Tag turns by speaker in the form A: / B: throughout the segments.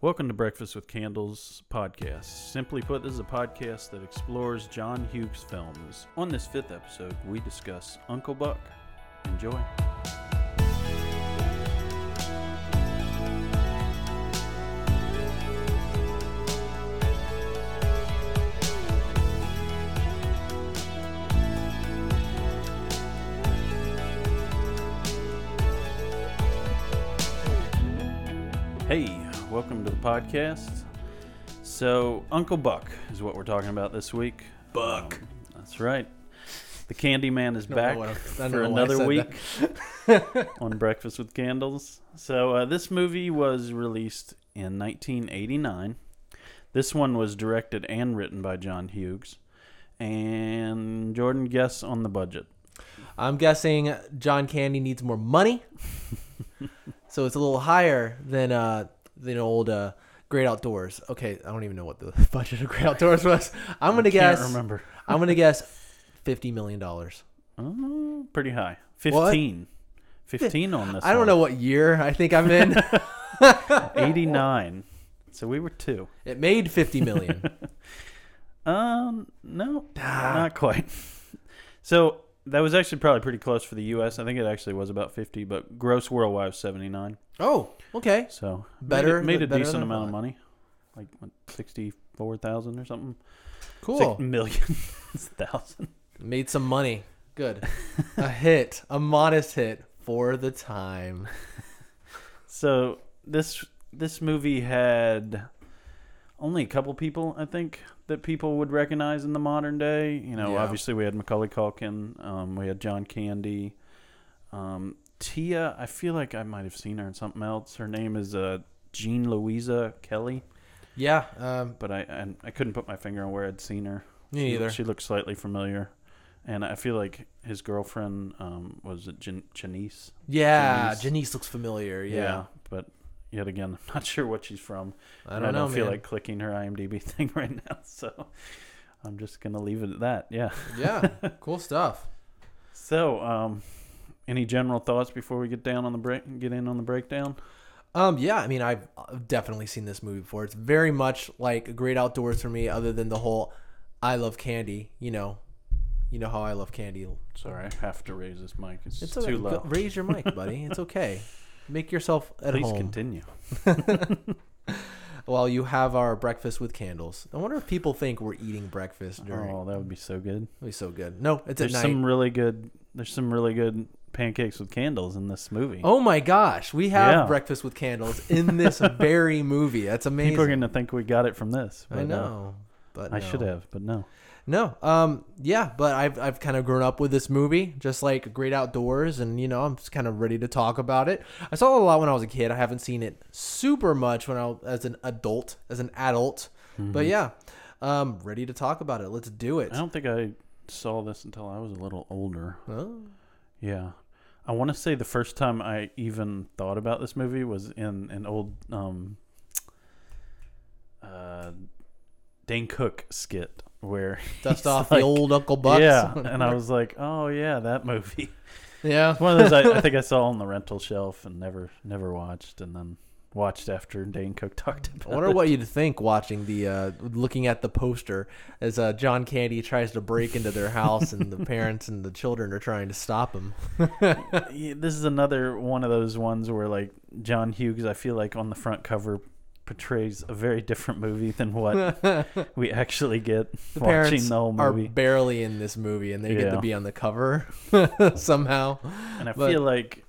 A: Welcome to Breakfast with Candles podcast. Simply put, this is a podcast that explores John Hughes films. On this fifth episode, we discuss Uncle Buck. Enjoy. Hey, welcome to the podcast. So, Uncle Buck is what we're talking about this week. Um,
B: Buck.
A: That's right. The Candyman is
B: Don't know
A: back
B: what I- don't
A: for
B: know why I
A: another
B: said
A: week on Breakfast with Candles. So, uh, this movie was released in 1989. This one was directed and written by John Hughes. And Jordan, guess on the budget.
B: I'm guessing John Candy needs more money, so it's a little higher than uh than old uh, Great Outdoors. Okay, I don't even know what the budget of Great Outdoors was. I'm gonna guess.
A: Can't remember.
B: I'm gonna guess fifty million dollars.
A: Oh, pretty high. 15. 15 on this
B: I don't
A: one.
B: know what year I think I'm in.
A: 89. So, we were two.
B: it made fifty million.
A: Um, no, not quite. So that was actually probably pretty close for the U.S. I think it actually was about fifty, but gross worldwide was seventy-nine.
B: oh, okay.
A: So made
B: Better-
A: it- made, a
B: better
A: decent
B: than
A: amount of
B: mine.
A: money, like what, sixty-four thousand or something.
B: Cool.
A: Six million thousand.
B: Made some money. Good. a hit. A modest hit for the time.
A: So this this movie had only a couple people, I think, that people would recognize in the modern day. You know,
B: Yeah.
A: obviously we had Macaulay Culkin, um, we had John Candy, um, Tia. I feel like I might have seen her in something else. Her name is uh, Jean Louisa Kelly,
B: Yeah. Um,
A: but I, I I couldn't put my finger on where I'd seen her.
B: me
A: She-
B: either.
A: She looked slightly familiar, and I feel like his girlfriend um, was it Jan- Janice.
B: Yeah,
A: Janice.
B: Janice, looks familiar. Yeah,
A: but yet again, I'm not sure what she's from.
B: I
A: And
B: don't know.
A: feel
B: man.
A: like clicking her IMDb thing right now, so I'm just gonna leave it at that. Yeah.
B: yeah, cool stuff.
A: So, um, any general thoughts before we get down on the break? Get in on the breakdown.
B: Um, yeah, I mean, I've I've definitely seen this movie before. It's very much like Great Outdoors for me, other than the whole "I love candy." You know, you know how I love candy.
A: Sorry, I have to raise this mic. It's,
B: It's
A: too
B: okay.
A: low.
B: Raise your mic, buddy. It's okay. Make yourself at
A: Please
B: home
A: continue.
B: while you have our breakfast with candles. I wonder if people think we're eating breakfast during.
A: Oh, that would be so good.
B: It'll be so good. No, it's
A: There's
B: at night.
A: some really good. There's some really good pancakes with candles in this movie.
B: Oh my gosh, we have
A: Yeah.
B: breakfast with candles in this very movie. That's amazing.
A: People are gonna think we got it from this. but,
B: I
A: uh,
B: know, but
A: I
B: no.
A: should have, but no.
B: No, um, yeah, but I've I've kind of grown up with this movie, just like Great Outdoors, and you know I'm just kind of ready to talk about it. I saw it a lot when I was a kid. I haven't seen it super much when I was as an adult, as an adult, but yeah, um, ready to talk about it. Let's do it.
A: Mm-hmm. I don't think I saw this until I was a little older.
B: Oh,
A: Yeah. I want to say the first time I even thought about this movie was in an old um, uh, Dane Cook skit where
B: dust
A: he's
B: off
A: like-
B: the old Uncle Buck.
A: Yeah, and I was like, oh yeah, that movie.
B: yeah.
A: It's one of those I, I think I saw on the rental shelf and never never watched, and then watched after Dane Cook talked
B: I
A: about.
B: wonder
A: it.
B: what you'd think watching the uh, looking at the poster as uh, John Candy tries to break into their house and the parents and the children are trying to stop him.
A: Yeah, this is another one of those ones where like John Hughes, I feel like on the front cover portrays a very different movie than what we actually get
B: The
A: watching
B: parents
A: the whole
B: are
A: movie.
B: barely in this movie and they get
A: Yeah.
B: to be on the cover somehow.
A: and I
B: but-
A: feel like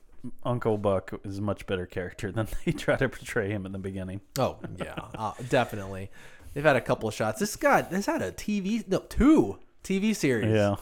A: Uncle Buck is a much better character than they try to portray him in the beginning.
B: Oh yeah, uh, definitely. They've had a couple of shots. This got this had a TV no two TV series.
A: Yeah.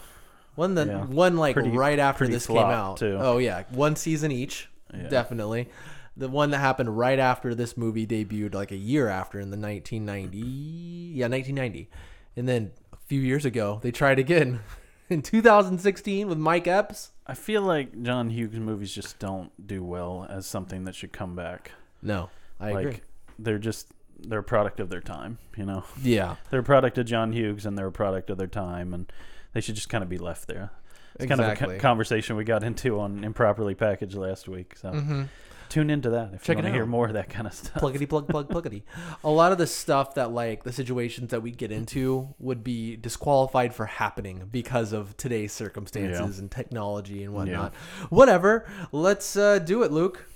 B: One that
A: Yeah.
B: one like
A: Pretty-
B: right after
A: pretty
B: this came
A: flop,
B: out.
A: too.
B: Oh yeah, one season each.
A: Yeah.
B: Definitely. The one that happened right after this movie debuted like a year after in the 1990. Yeah, 1990. And then a few years ago, they tried again in 2016 with Mike Epps.
A: I feel like John Hughes movies just don't do well as something that should come back.
B: No, I
A: like
B: agree.
A: they're just they're a product of their time, you know.
B: Yeah.
A: They're a product of John Hughes and they're a product of their time and they should just kind of be left there. It's kind of a co-
B: Exactly.
A: conversation we got into on improperly packaged last week. So Tune into that if
B: Mm-hmm. Check
A: you
B: it
A: want to hear
B: out.
A: more of that kind of stuff.
B: pluggity plug plug pluggity. A lot of the stuff that like the situations that we get into would be disqualified for happening because of today's circumstances and technology and whatnot. Whatever. Let's uh, do it, Luke.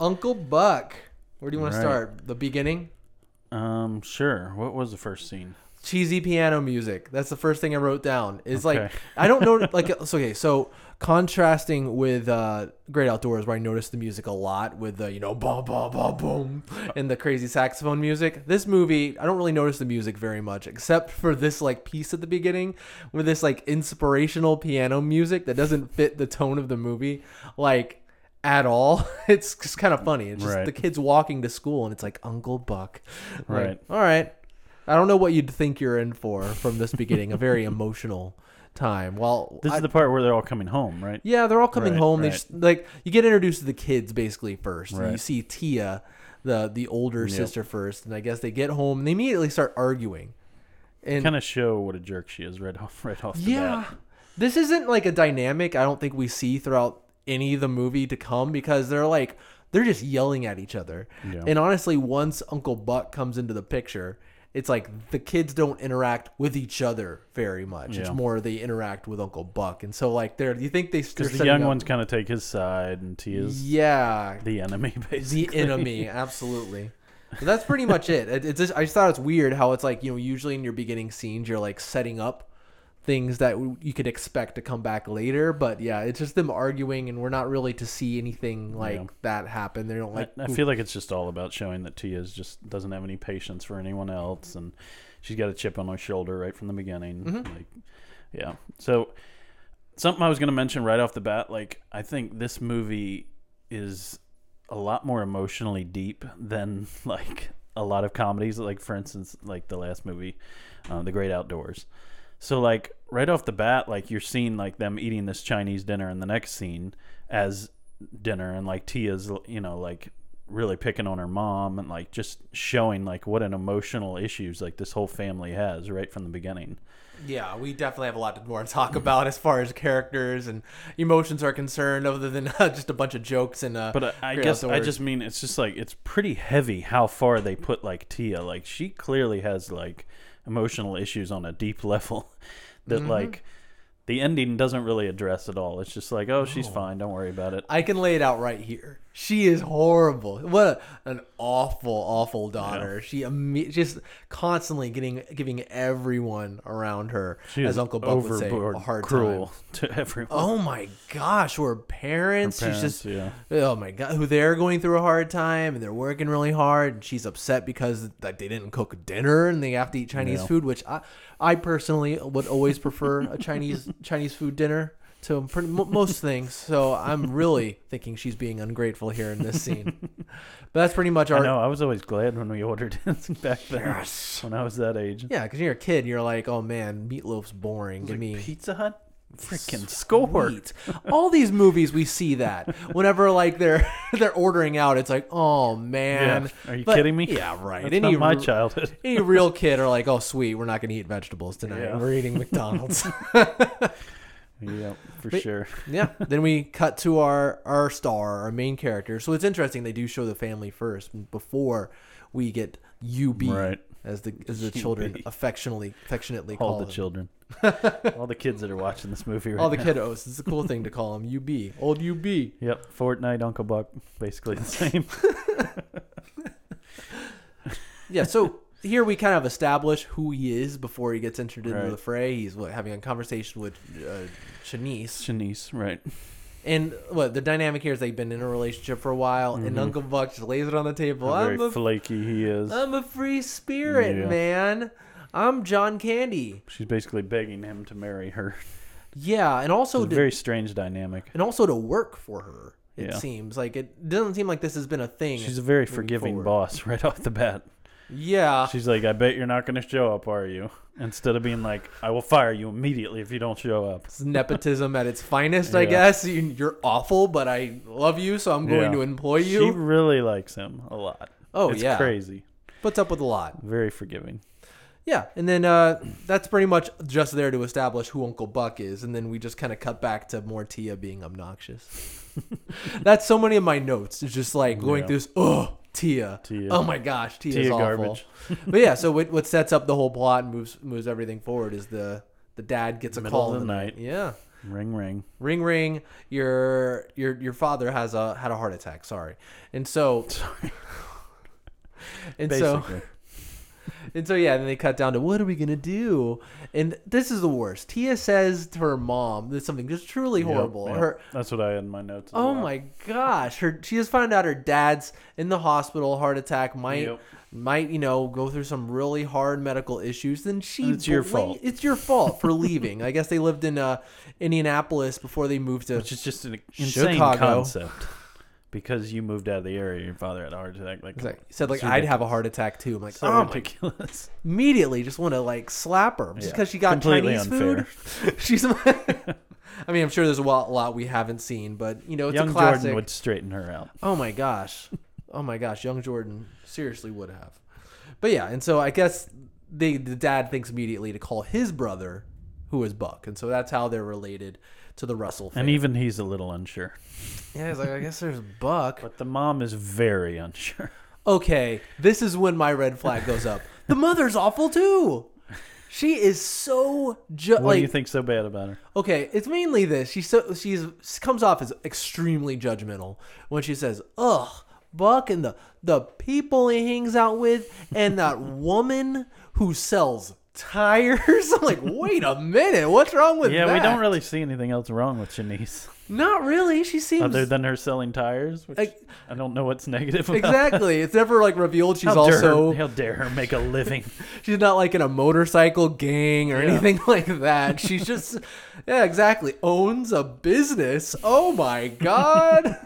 B: Uncle Buck. Where do you want
A: Right.
B: to start? The beginning.
A: Um, sure. What was the first scene?
B: cheesy piano music. That's the first thing I wrote down. Is like
A: Okay.
B: I don't know like so, okay, so contrasting with uh Great Outdoors where I noticed the music a lot with the you know ba ba ba boom and the crazy saxophone music. This movie, I don't really notice the music very much except for this like piece at the beginning with this like inspirational piano music that doesn't fit the tone of the movie like at all. It's just kind of funny. It's just
A: Right.
B: the kids walking to school and it's like Uncle Buck. Like,
A: Right.
B: all right. I don't know what you'd think you're in for from this beginning, a very emotional time. Well,
A: This
B: I-
A: is the part where they're all coming home, right?
B: yeah, they're all coming
A: Right,
B: home. They
A: right.
B: just, like you get introduced to the kids basically first.
A: Right.
B: You see Tia, the the older
A: Yep.
B: sister first, and I guess they get home and they immediately start arguing. And
A: Kind of show what a jerk she is right off, right off the
B: yeah.
A: bat.
B: This isn't like a dynamic I don't think we see throughout any of the movie to come because they're like they're just yelling at each other.
A: Yeah.
B: And honestly, once Uncle Buck comes into the picture, it's like the kids don't interact with each other very much. It's
A: Yeah.
B: more they interact with Uncle Buck. And so like they're you think they
A: Because the
B: setting
A: young
B: up-
A: ones kind of take his side, and Tia's
B: Yeah.
A: the enemy, basically.
B: The enemy, absolutely. But that's pretty much it. It- It's just, I just thought it's weird how it's like you know usually in your beginning scenes you're like setting up things that w- you could expect to come back later, but yeah, it's just them arguing and we're not really to see anything like
A: Yeah.
B: that happen. They don't
A: I,
B: like
A: I feel like it's just all about showing that Tia's just doesn't have any patience for anyone else, and she's got a chip on her shoulder right from the beginning. Like, yeah. So something I was going to mention right off the bat, like I think this movie is a lot more emotionally deep than like a lot of comedies. Like for instance, like the last movie, uh, The Great Outdoors. So like right off the bat, like you're seeing like them eating this Chinese dinner in the next scene as dinner, and like Tia's you know like really picking on her mom and like just showing like what an emotional issues like this whole family has right from the beginning.
B: yeah, we definitely have a lot more to talk about as far as characters and emotions are concerned, other than just a bunch of jokes and uh,
A: But uh, I
B: great
A: guess I
B: outdoors.
A: just mean it's just like it's pretty heavy how far they put like Tia. Like she clearly has like emotional issues on a deep level that
B: Mm-hmm.
A: like the ending doesn't really address at all. It's just like oh she's fine, don't worry about it.
B: I can lay it out right here. She is horrible. What a, an awful, awful daughter. She imme- just constantly getting giving everyone around her,
A: She
B: as
A: is
B: Uncle Buck would say, a
A: overboard
B: hard
A: cruel
B: time.
A: to everyone.
B: Oh my gosh, we're parents.
A: Her
B: she's just,
A: parents,
B: oh my god, who they're going through a hard time and they're working really hard. And she's upset because like they didn't cook dinner and they have to eat Chinese
A: Yeah.
B: food, which I, I personally would always prefer a Chinese Chinese food dinner to pretty, mo most things. So I'm really thinking she's being ungrateful here in this scene. but that's pretty much
A: I
B: our
A: know. I was always glad when we ordered back then.
B: Yes.
A: When I was that age.
B: yeah. Because you're a kid, you're like, oh man, meatloaf's boring. Give me
A: Pizza Hut, freaking score.
B: Sweet. All these movies we see that whenever like they're they're ordering out, it's like, oh man,
A: Yeah. Are you kidding me?
B: Yeah, right.
A: That's not my
B: r-
A: childhood.
B: any real kid are like, oh sweet, we're not gonna eat vegetables tonight.
A: Yeah.
B: We're eating McDonald's.
A: Yeah, for
B: But-
A: sure.
B: yeah. Then we cut to our our star, our main character. So it's interesting they do show the family first before we get UB.
A: Right.
B: As the as the children
A: UB.
B: affectionately affectionately
A: All
B: call
A: the
B: him.
A: children, all the kids that are watching this movie right
B: all the
A: now.
B: kiddos. It's a cool thing to call him UB, old UB.
A: Yep, Fortnite, Uncle Buck, basically the same.
B: yeah, so here we kind of establish who he is before he gets entered into
A: Right.
B: the fray. He's what, having a conversation with uh, Shanice.
A: Shanice, right?
B: And what the dynamic here is they've been in a relationship for a while, and Uncle Buck just lays it on the table.
A: How
B: I'm
A: Mm-hmm. very
B: a,
A: flaky he is.
B: am a free spirit,
A: Yeah.
B: man. I'm John Candy.
A: She's basically begging him to marry her.
B: Yeah, and also
A: It's a
B: to,
A: very strange dynamic.
B: and also to work for her. It
A: Yeah.
B: seems like it doesn't seem like this has been a thing.
A: She's a very
B: moving
A: forgiving
B: forward.
A: boss right off the bat.
B: Yeah,
A: She's like, "I bet you're not going to show up, are you?" Instead of being like, "I will fire you immediately if you don't show up."
B: It's nepotism at its finest, I
A: Yeah.
B: guess. You, you're awful, but I love you, so I'm going
A: Yeah.
B: to employ
A: She
B: you.
A: really likes him a lot.
B: Oh,
A: it's
B: yeah.
A: crazy.
B: Puts up with a lot.
A: Very forgiving.
B: Yeah, and then uh, that's pretty much just there to establish who Uncle Buck is, and then we just kind of cut back to more Tia being obnoxious. that's so many of my notes. It's just like going
A: Yeah.
B: through this. Oh, Tia.
A: Tia.
B: Oh my gosh, Tia's
A: Tia
B: awful.
A: garbage.
B: but yeah, so what, what sets up the whole plot and moves moves everything forward is the the dad gets a
A: Middle
B: call
A: of
B: in
A: the night.
B: Yeah,
A: Ring ring.
B: ring ring. Your your your father has a had a heart attack. Sorry, and so and so
A: Basically.
B: and so yeah, then they cut down to what are we gonna do? And this is the worst. Tia says to her mom, "This is something just truly
A: Yep,
B: horrible."
A: yep.
B: Her
A: That's what I had in my notes. as
B: oh
A: well.
B: my gosh, her she just found out her dad's in the hospital, heart attack, might
A: Yep.
B: might you know go through some really hard medical issues. Then she
A: And it's your
B: bla-
A: fault.
B: It's your fault for leaving. I guess they lived in uh, Indianapolis before they moved to.
A: Which is just an insane
B: Chicago.
A: concept. Because you moved out of the area, your father had a heart attack. Like,
B: Like, said like
A: it's
B: I'd have a heart attack too. I'm like,
A: so
B: oh my
A: ridiculous.
B: immediately just want to like slap her just
A: Yeah.
B: because she got
A: Completely
B: Chinese
A: unfair.
B: food. She's. I mean, I'm sure there's a lot, lot we haven't seen, but you know, it's a
A: Young
B: classic.
A: Jordan would straighten her out.
B: Oh my gosh, oh my gosh, young Jordan seriously would have. But yeah, and so I guess the the dad thinks immediately to call his brother, who is Buck, and so that's how they're related to the Russell
A: And
B: family.
A: even he's a little unsure.
B: yeah, he's like, I guess there's Buck.
A: But the mom is very unsure.
B: okay, this is when my red flag goes up. The mother's awful too. She is so ju-
A: What
B: like
A: do you think so bad about her?
B: Okay, it's mainly this. She so she's she comes off as extremely judgmental when she says, "Ugh, Buck and the the people he hangs out with, and that woman who sells tires." I'm like, wait a minute, what's wrong with
A: Yeah, we
B: that?
A: don't really see anything else wrong with Shanice
B: Not really. She seems
A: other than her selling tires, which
B: Like-
A: I don't know what's negative about.
B: exactly. It's never like revealed she's
A: How dare her-
B: also
A: how dare her make a living?
B: She's not like in a motorcycle gang or anything like that. She's just, yeah, exactly. Owns a business. Oh my God.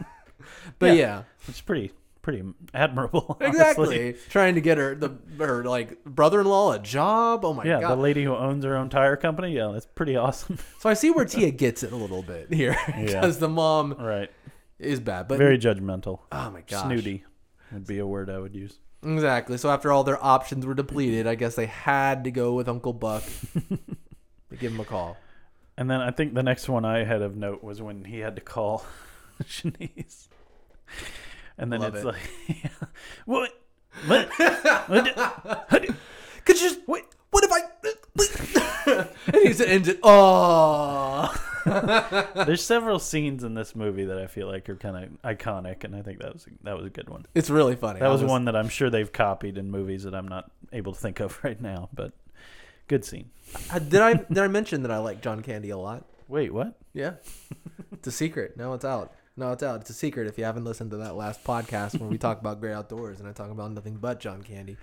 B: but yeah,
A: Yeah. It's pretty pretty admirable. honestly.
B: exactly. Trying to get her, the her like brother in law a job. Oh my
A: Yeah, the
B: God.
A: lady who owns her own tire company. Yeah, that's pretty awesome.
B: so I see where Tia gets it a little bit here because the mom
A: right.
B: is bad. But
A: Very judgmental.
B: oh my God.
A: Snooty would be a word I would use.
B: Exactly. So after all their options were depleted, I guess they had to go with Uncle Buck to give him a call.
A: And then I think the next one I had of note was when he had to call Shanice. And then
B: Love
A: it's
B: it.
A: like, what? What? What? What?
B: Could you just wait? What if I? and he's ends it. Oh,
A: There's several scenes in this movie that I feel like are kind of iconic, and I think that was that was a good one.
B: it's really funny.
A: That
B: I
A: was one that I'm sure they've copied in movies that I'm not able to think of right now, but good scene.
B: Uh, Did I did I mention that I like John Candy a lot?
A: Wait, what?
B: Yeah, it's a secret. No, it's out. No, it's out. It's a secret. If you haven't listened to that last podcast where we talk about great outdoors and I talk about nothing but John Candy.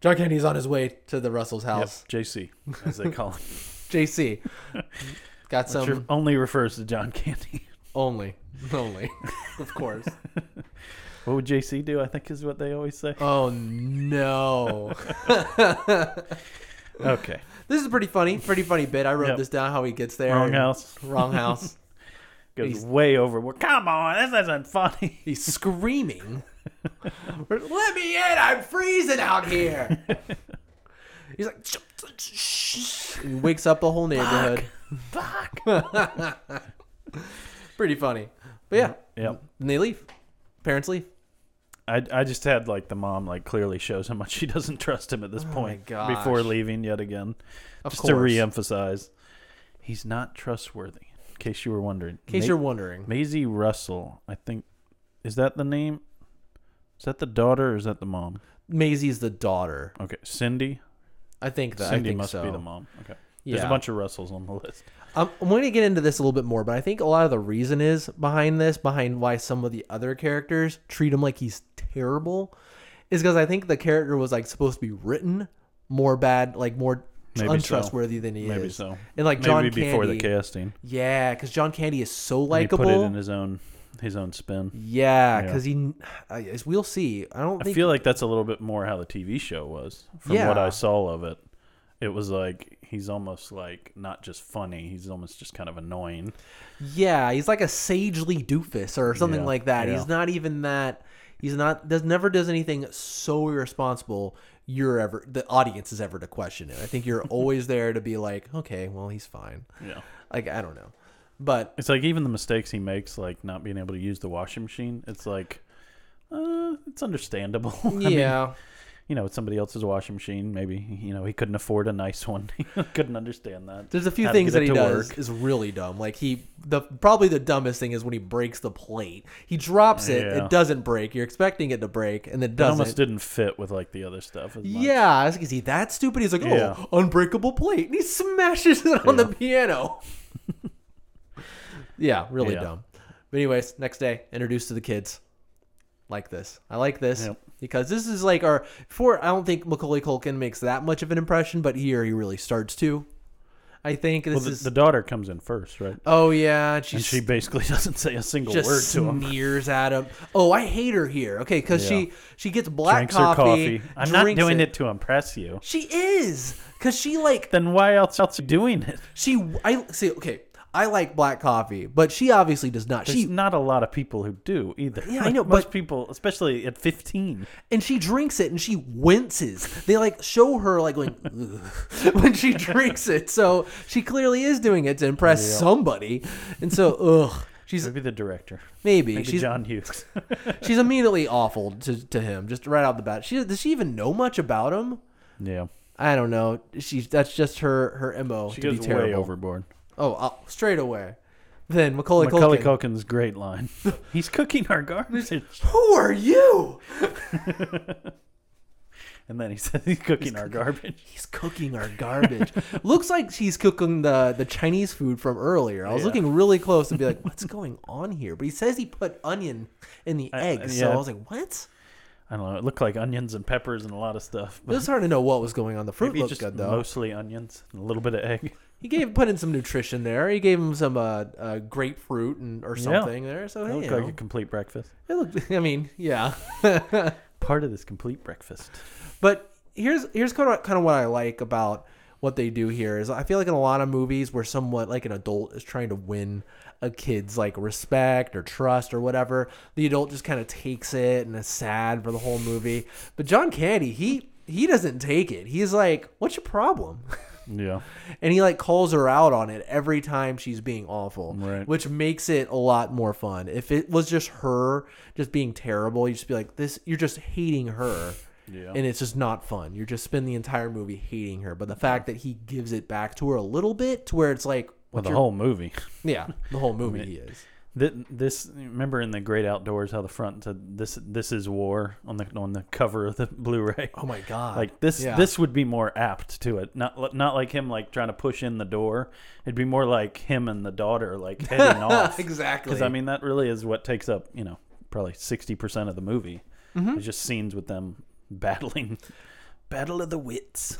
B: John Candy's on his way to the Russell's
A: Yep,
B: house.
A: JC, as they call him.
B: JC got some
A: Which re- only refers to John Candy.
B: only, only, of course.
A: What would JC do? I think is what they always say.
B: Oh no.
A: Okay.
B: This is pretty funny. Pretty funny bit. I wrote
A: Yep.
B: this down how he gets there.
A: Wrong house.
B: Wrong house.
A: Goes
B: He's-
A: way overboard. Come on, this isn't funny.
B: He's screaming. Let me in. I'm freezing out here. He's like, "Shh, shh, shh." He wakes up the whole neighborhood.
A: Fuck.
B: Pretty funny. But yeah,
A: Yep.
B: and they leave. Parents leave.
A: I, I just had like the mom like clearly shows how much she doesn't trust him at this point
B: Oh gosh.
A: before leaving yet again.
B: Of
A: just to
B: course.
A: reemphasize, he's not trustworthy. In case you were wondering.
B: In case you're wondering,
A: Maisie Russell, I think, is that the name? Is that the daughter or is that the mom?
B: Maisie's the daughter.
A: Okay, Cindy.
B: I think that. I
A: Cindy
B: think
A: must
B: so.
A: be the mom. Okay. There's
B: Yeah.
A: a bunch of Russells on the list.
B: I'm, I'm going to get into this a little bit more, but I think a lot of the reason is behind this, behind why some of the other characters treat him like he's terrible, is because I think the character was like supposed to be written more bad, like more
A: Maybe so.
B: untrustworthy than he
A: Maybe
B: is.
A: so.
B: And like
A: Maybe
B: John
A: before
B: Candy,
A: the casting.
B: yeah, because John Candy is so
A: He put it in
B: likable.
A: his own his own spin.
B: Yeah,
A: Yeah.
B: because he, I- as we'll see, I don't
A: I
B: think
A: feel like that's a little bit more how the TV show was from what
B: Yeah.
A: I saw of it. It was like he's almost like not just funny, he's almost just kind of annoying.
B: Yeah, he's like a sagely doofus or something
A: Yeah,
B: like that.
A: yeah.
B: He's not even that. He's not does never does anything so irresponsible you're ever the audience is ever to question it. I think you're always there to be like, okay, well he's fine.
A: Yeah.
B: Like I don't know, but
A: It's like even the mistakes he makes, like not being able to use the washing machine, it's like, uh, it's understandable. I mean,
B: yeah,
A: you know, it's somebody else's washing machine. Maybe, you know, he couldn't afford a nice one. He couldn't understand that.
B: there's a few
A: how to
B: things
A: get
B: that
A: it
B: he
A: to
B: does
A: work.
B: is really dumb. Like he the probably the dumbest thing is when he breaks the plate. He drops it,
A: Yeah.
B: it doesn't break. You're expecting it to break, and it
A: It
B: doesn't.
A: almost didn't fit with like the other stuff. As much.
B: Yeah, I was like, is he that stupid? He's like, oh,
A: Yeah.
B: unbreakable plate. And he smashes it on the piano. yeah, really
A: Yeah.
B: dumb. But anyways, next day, introduced to the kids. Like this. I like this.
A: Yep.
B: Because this is like our for I don't think Macaulay Culkin makes that much of an impression, but here he really starts to. I think this
A: Well, the,
B: is
A: the daughter comes in first, right?
B: Oh yeah, and
A: And
B: she's
A: she basically doesn't say a single
B: just
A: word to him.
B: smears at him. Oh, I hate her here. Okay, because she
A: Yeah.
B: she gets black
A: Drinks her
B: coffee.
A: coffee. I'm not
B: drinks
A: doing it. to impress you.
B: She is because she like
A: Then why else else are you doing it?
B: She, I see. Okay, I like black coffee, but she obviously does not.
A: There's
B: She
A: not a lot of people who do either.
B: Yeah, I know,
A: Most
B: but-
A: people, especially at 15,
B: and she drinks it, and she winces. They like show her like going "Ugh," when she drinks it. So she clearly is doing it to impress somebody, and so ugh, she's
A: maybe the director,
B: maybe,
A: maybe
B: she's
A: John Hughes.
B: she's immediately awful to to him just right out the bat. She does she even know much about him?
A: yeah,
B: I don't know. She's that's just her her mo
A: she
B: to be
A: goes
B: terrible.
A: way overboard.
B: Oh, uh, straight away. Then Macaulay,
A: Macaulay
B: Culkin.
A: Culkin's great line. He's cooking our garbage,
B: Who are you?
A: and then he says he's cooking our garbage.
B: He's cooking our garbage. Looks like he's cooking the the Chinese food from earlier. I was
A: Yeah.
B: looking really close and be like, "What's going on here?" But he says he put onion in the egg, so
A: Uh, yeah.
B: I was like, "What?"
A: I don't know. It looked like onions and peppers and a lot of stuff.
B: It
A: But
B: was hard to know what was going on. The fruit
A: maybe
B: looked
A: just
B: good though.
A: mostly onions, and a little bit of egg.
B: He gave put in some nutrition there. He gave him some uh, uh grapefruit and or something there. So
A: It
B: hey,
A: looked
B: you
A: like a
B: know,
A: complete breakfast.
B: it looked. I mean, yeah.
A: Part of this complete breakfast.
B: But here's here's kind of kind of what I like about what they do here is I feel like in a lot of movies where somewhat like an adult is trying to win a kid's like respect or trust or whatever, the adult just kind of takes it and is sad for the whole movie. But John Candy, he he doesn't take it. He's like, "What's your problem?"
A: Yeah.
B: and he like calls her out on it every time she's being awful,
A: Right.
B: which makes it a lot more fun. If it was just her just being terrible, you'd just be like, "This, you're just hating her."
A: Yeah.
B: and it's just not fun. You just spend the entire movie hating her. But the fact that he gives it back to her a little bit, to where it's like,
A: Well,
B: what's
A: the
B: your,
A: whole movie.
B: yeah, the whole movie he is.
A: Th- This remember in the Great Outdoors how the front said this this is war on the on the cover of the Blu-ray.
B: Oh my god!
A: Like this
B: Yeah.
A: this would be more apt to it. Not not like him like trying to push in the door. It'd be more like him and the daughter like heading off.
B: exactly.
A: Because I mean that really is what takes up you know probably sixty percent of the movie.
B: Mm-hmm.
A: It's just scenes with them battling. Battle of the wits.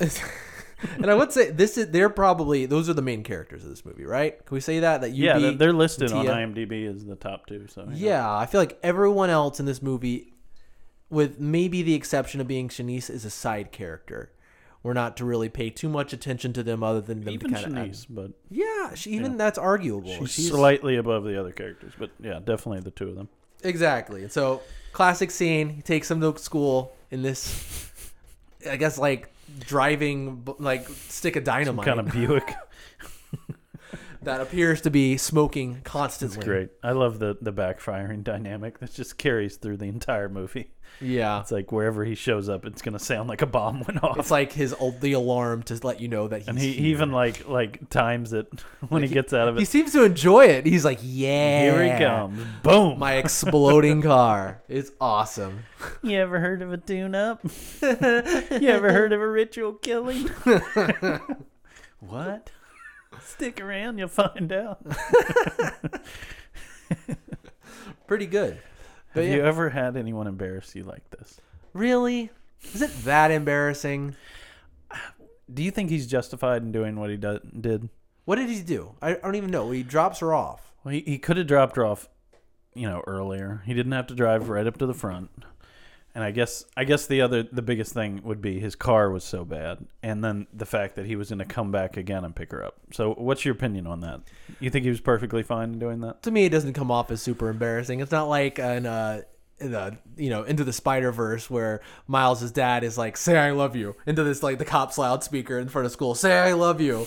B: and I would say this is they're probably those are the main characters of this movie, right? Can we say that that you
A: yeah, they're,
B: beat,
A: they're listed on
B: Tia.
A: IMDb as the top two. So you know.
B: yeah. I feel like everyone else in this movie, with maybe the exception of being Shanice, is a side character. We're not to really pay too much attention to them other than them
A: even
B: to kind of
A: Shanice, but
B: yeah, she, even that's arguable.
A: she's, slightly above the other characters. But yeah, definitely the two of them.
B: Exactly. And so, classic scene. He takes him to school in this, I guess, like driving, like stick of dynamite
A: Kind of Buick.
B: that appears to be smoking constantly.
A: It's great. I love the the backfiring dynamic that just carries through the entire movie.
B: Yeah.
A: It's like wherever he shows up, it's gonna sound like a bomb went off.
B: It's like his al- the alarm to let you know that he's
A: and he,
B: here.
A: he even like like times it when he gets out of
B: he
A: it.
B: seems to enjoy it. He's like, yeah,
A: Here he comes. Boom.
B: my exploding car. It's awesome.
A: you ever heard of a tune up? you ever heard of a ritual killing? what? Stick around, you'll find out.
B: Pretty good. But
A: Have
B: yeah,
A: you ever had anyone embarrass you like this?
B: really, is it that embarrassing?
A: Do you think he's justified in doing what he do- did?
B: What did he do? I I don't even know. He drops her off.
A: Well, he, he could have dropped her off, you know, earlier. He didn't have to drive right up to the front. And I guess I guess the other the biggest thing would be his car was so bad, and then the fact that he was going to come back again and pick her up. So, what's your opinion on that? You think he was perfectly fine in doing that?
B: to me it doesn't come off as super embarrassing. It's not like an uh, the you know into the Spider Verse where Miles' dad is like, "Say I love you," into this like the cops loudspeaker in front of school, "Say I love you."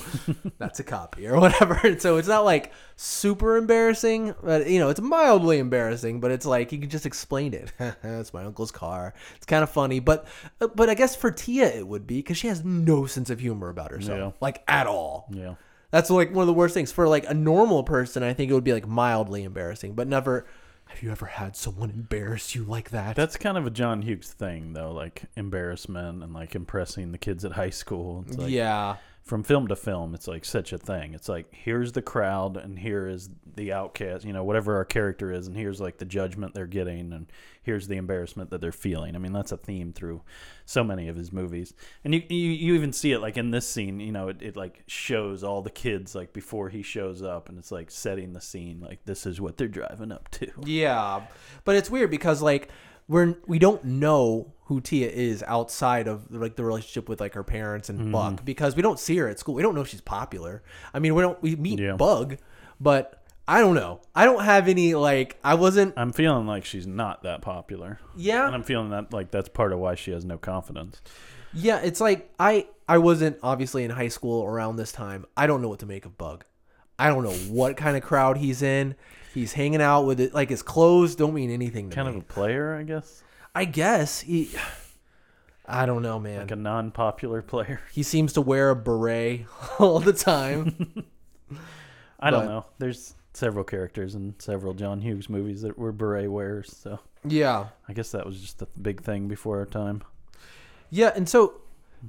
B: That's a copy or whatever. And so it's not like super embarrassing, but you know it's mildly embarrassing. But it's like you can just explain it. it's my uncle's car. It's kind of funny, but uh, but I guess for Tia it would be because she has no sense of humor about herself,
A: Yeah.
B: like at all.
A: Yeah.
B: That's like one of the worst things for like a normal person. I think it would be like mildly embarrassing, but never. Have you ever had someone embarrass you like that?
A: That's kind of a John Hughes thing, though, like embarrassment and like impressing the kids at high school. It's like,
B: yeah,
A: From film to film, it's like such a thing. It's like here's the crowd, and here is the outcast. You know, whatever our character is, and here's like the judgment they're getting, and here's the embarrassment that they're feeling. I mean, that's a theme through so many of his movies, and you you, you even see it like in this scene. You know, it, it like shows all the kids like before he shows up, and it's like setting the scene. Like this is what they're driving up to.
B: yeah. But it's weird because like we're we don't know who Tia is outside of like the relationship with like her parents and
A: Mm-hmm.
B: Buck because we don't see her at school. We don't know if she's popular. I mean, we don't we meet
A: Yeah.
B: Bug, but I don't know. I don't have any like I wasn't.
A: I'm feeling like she's not that popular.
B: Yeah,
A: And I'm feeling that like that's part of why she has no confidence.
B: Yeah, it's like I I wasn't obviously in high school around this time. I don't know what to make of Bug. I don't know what kind of crowd he's in. He's hanging out with it like his clothes don't mean anything to
A: Kind
B: me.
A: of a player, I guess.
B: I guess he I don't know, man.
A: Like a non popular player.
B: he seems to wear a beret all the time.
A: I don't
B: But-
A: know. There's several characters in several John Hughes movies that were beret wearers, so
B: yeah.
A: I guess that was just the big thing before our time.
B: Yeah, and so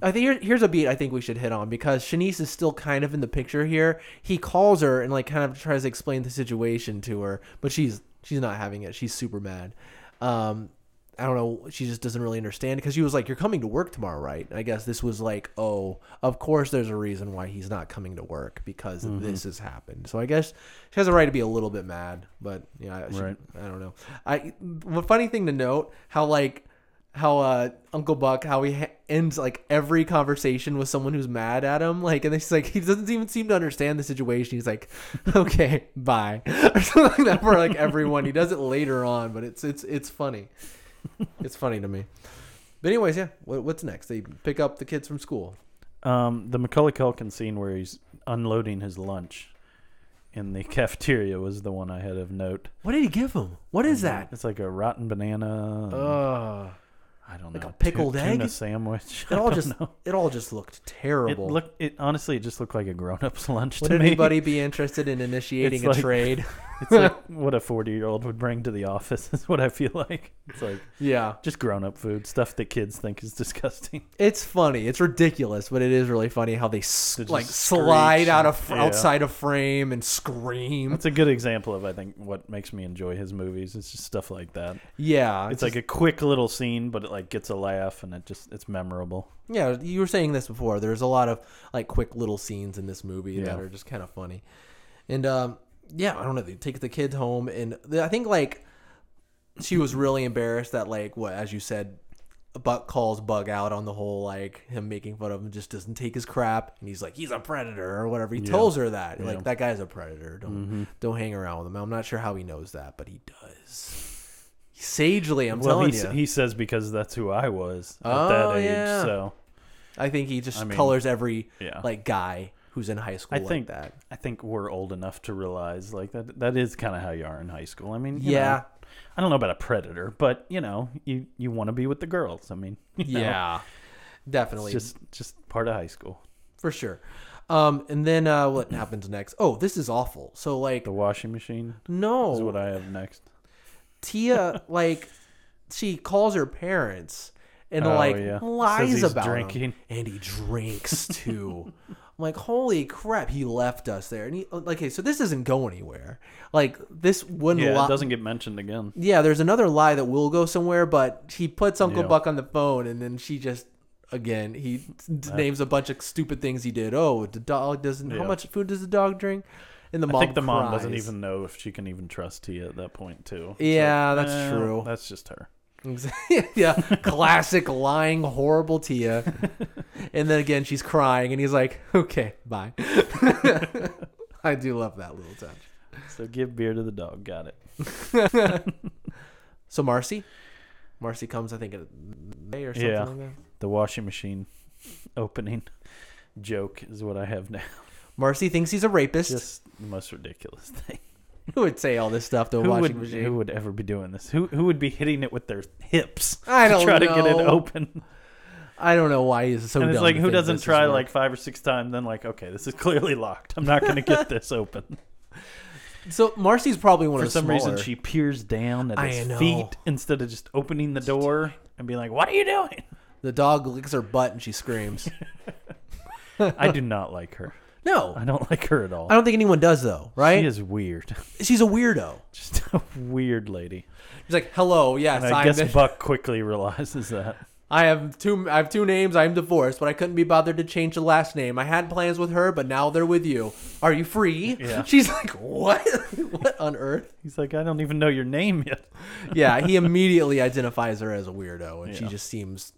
B: I think here, here's a beat I think we should hit on because Shanice is still kind of in the picture here. He calls her and like kind of tries to explain the situation to her, but she's she's not having it. She's super mad. Um, I don't know. She just doesn't really understand because she was like, "You're coming to work tomorrow, right?" And I guess this was like, "Oh, of course, there's a reason why he's not coming to work because this has happened." So I guess she has a right to be a little bit mad, but yeah, she,
A: Right.
B: I don't know. I the funny thing to note how like how uh Uncle Buck how he ha- ends like every conversation with someone who's mad at him like and he's like he doesn't even seem to understand the situation. He's like, okay, bye or something like that for like everyone. He does it later on, but it's it's it's funny. It's funny to me. But anyways, yeah. What, what's next? They pick up the kids from school.
A: Um, the Macaulay Culkin scene where he's unloading his lunch in the cafeteria was the one I had of note.
B: What did he give them? What is that?
A: It's like a rotten banana. and,
B: Uh,
A: I don't know.
B: like a pickled
A: tu-
B: egg?
A: Tuna sandwich.
B: it
A: I
B: all
A: don't
B: just
A: know.
B: it all just looked
A: It
B: terrible.
A: looked. It honestly, it just looked like a grown-up's lunch
B: Would
A: to me.
B: anybody be interested in initiating
A: It's
B: a
A: like-
B: trade?
A: It's like what a 40 year old would bring to the office, is what I feel like. It's like
B: yeah.
A: just grown up food, stuff that kids think is disgusting.
B: It's funny. It's ridiculous, but it is really funny how they s-
A: They just
B: like
A: screech
B: slide out
A: and-
B: of
A: yeah.
B: outside of frame and scream.
A: That's a good example of, I think, what makes me enjoy his movies. It's just stuff like that.
B: Yeah.
A: It's like a quick little scene, but it like gets a laugh and it just, it's memorable.
B: Yeah, you were saying this before. There's a lot of like quick little scenes in this movie that
A: Yeah.
B: are just kind of funny, and um, yeah, I don't know. They take the kids home, and the- I think like she was really embarrassed that like what as you said, Buck calls Bug out on the whole like him making fun of him just doesn't take his crap, and he's like he's a predator or whatever. He tells her that
A: Yeah. Mm-hmm.
B: like that guy's a predator. Don't don't hang around with him. I'm not sure how he knows that, but he does. Sagely, I'm
A: well,
B: telling
A: he,
B: you.
A: s- he says because that's who I was at
B: Oh,
A: that age.
B: yeah.
A: So,
B: I think he just
A: I mean,
B: colors every
A: yeah.
B: like guy who's in high school
A: I think
B: like that.
A: I think we're old enough to realize like that that is kind of how you are in high school. I mean, you
B: Yeah.
A: know, I don't know about a predator, but you know, you you want to be with the girls. I mean, you know,
B: definitely,
A: it's just just part of high school.
B: for sure. Um, and then uh, what happens next? Oh, this is awful. So like,
A: The washing machine is
B: no,
A: what I have next.
B: Tia like she calls her parents and
A: Oh,
B: like
A: yeah. Says
B: lies
A: he's
B: about him.
A: drinking.
B: and he drinks too. I'm like, holy crap, he left us there. And he like, okay, so this doesn't go anywhere. Like this wouldn't.
A: Yeah,
B: lo-
A: it doesn't get mentioned again.
B: Yeah, there's another lie that will go somewhere, but he puts Uncle
A: Yeah.
B: Buck on the phone, and then she just again he d- names a bunch of stupid things he did. Oh, the dog doesn't. How
A: Yeah.
B: much food does the dog drink? And the
A: I
B: mom.
A: think the mom doesn't
B: cries.
A: even know if she can even trust Tia at that point too. It's
B: Yeah,
A: like,
B: that's
A: "Well,
B: true.
A: That's just her.
B: Exa- yeah, classic lying, horrible Tia. and then again, she's crying, and he's like, "Okay, bye." I do love that little touch.
A: So give beer to the dog. Got it.
B: So Marcy, Marcy comes, I think, in May or something.
A: Yeah.
B: Like that.
A: The washing machine opening joke is what I have now.
B: Marcy thinks he's a rapist.
A: Just the most ridiculous thing.
B: Who would say all this stuff to a
A: Who
B: washing
A: would,
B: machine?
A: who would ever be doing this? Who who would be hitting it with their hips
B: I don't
A: to try to get it
B: know.
A: open?
B: I don't know why he's so.
A: and it's
B: dumb
A: like
B: to
A: who
B: think
A: doesn't
B: this is
A: try
B: work.
A: like five or six times? Then like, okay, this is clearly locked. I'm not going to get this open.
B: So Marcy's probably one
A: For
B: of the
A: some reason,
B: smaller-
A: she peers down at
B: I
A: his
B: know.
A: feet instead of just opening the door and being like, "What are you doing?"
B: the dog licks her butt and she screams.
A: I do not like her.
B: no,
A: I don't like her at all.
B: I don't think anyone does though, right?
A: She is weird.
B: She's a weirdo.
A: Just a weird lady.
B: She's like, "Hello, yes,
A: And
B: I,
A: I
B: am
A: guess
B: the-
A: Buck quickly realizes that.
B: I have two. I have two names. I am divorced, but I couldn't be bothered to change the last name. I had plans with her, but now they're with you. Are you free?"
A: Yeah.
B: She's like, "What? what on earth?"
A: He's like, I don't even know your name yet.
B: Yeah, he immediately identifies her as a weirdo, and she
A: Yeah.
B: just seems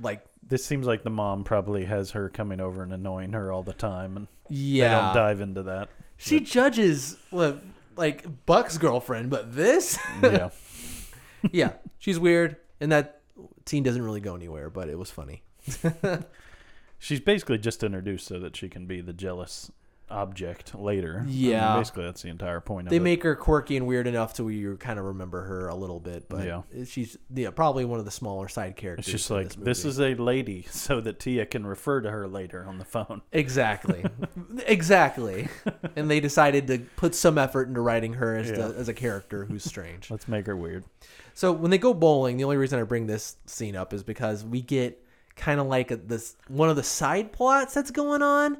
B: like,
A: This seems like the mom probably has her coming over and annoying her all the time, and they
B: yeah,
A: don't dive into that.
B: she judges well, like Buck's girlfriend, but this,
A: Yeah,
B: yeah, she's weird, and that scene doesn't really go anywhere, but it was funny.
A: she's basically just introduced so that she can be the jealous object later. I mean,
B: Yeah.
A: basically that's the entire point.
B: They
A: of
B: make her quirky and weird enough to where you kind of remember her a little bit, but
A: Yeah.
B: she's yeah probably one of the smaller side
A: it.
B: characters.
A: It's just
B: in
A: like
B: this,
A: this,
B: movie.
A: is a lady, so that Tia can refer to her later on the phone.
B: exactly, exactly, and they decided to put some effort into writing her as
A: Yeah.
B: the, as a character who's strange.
A: Let's make her weird.
B: So when they go bowling, the only reason I bring this scene up is because we get kind of like a, this one of the side plots that's going on.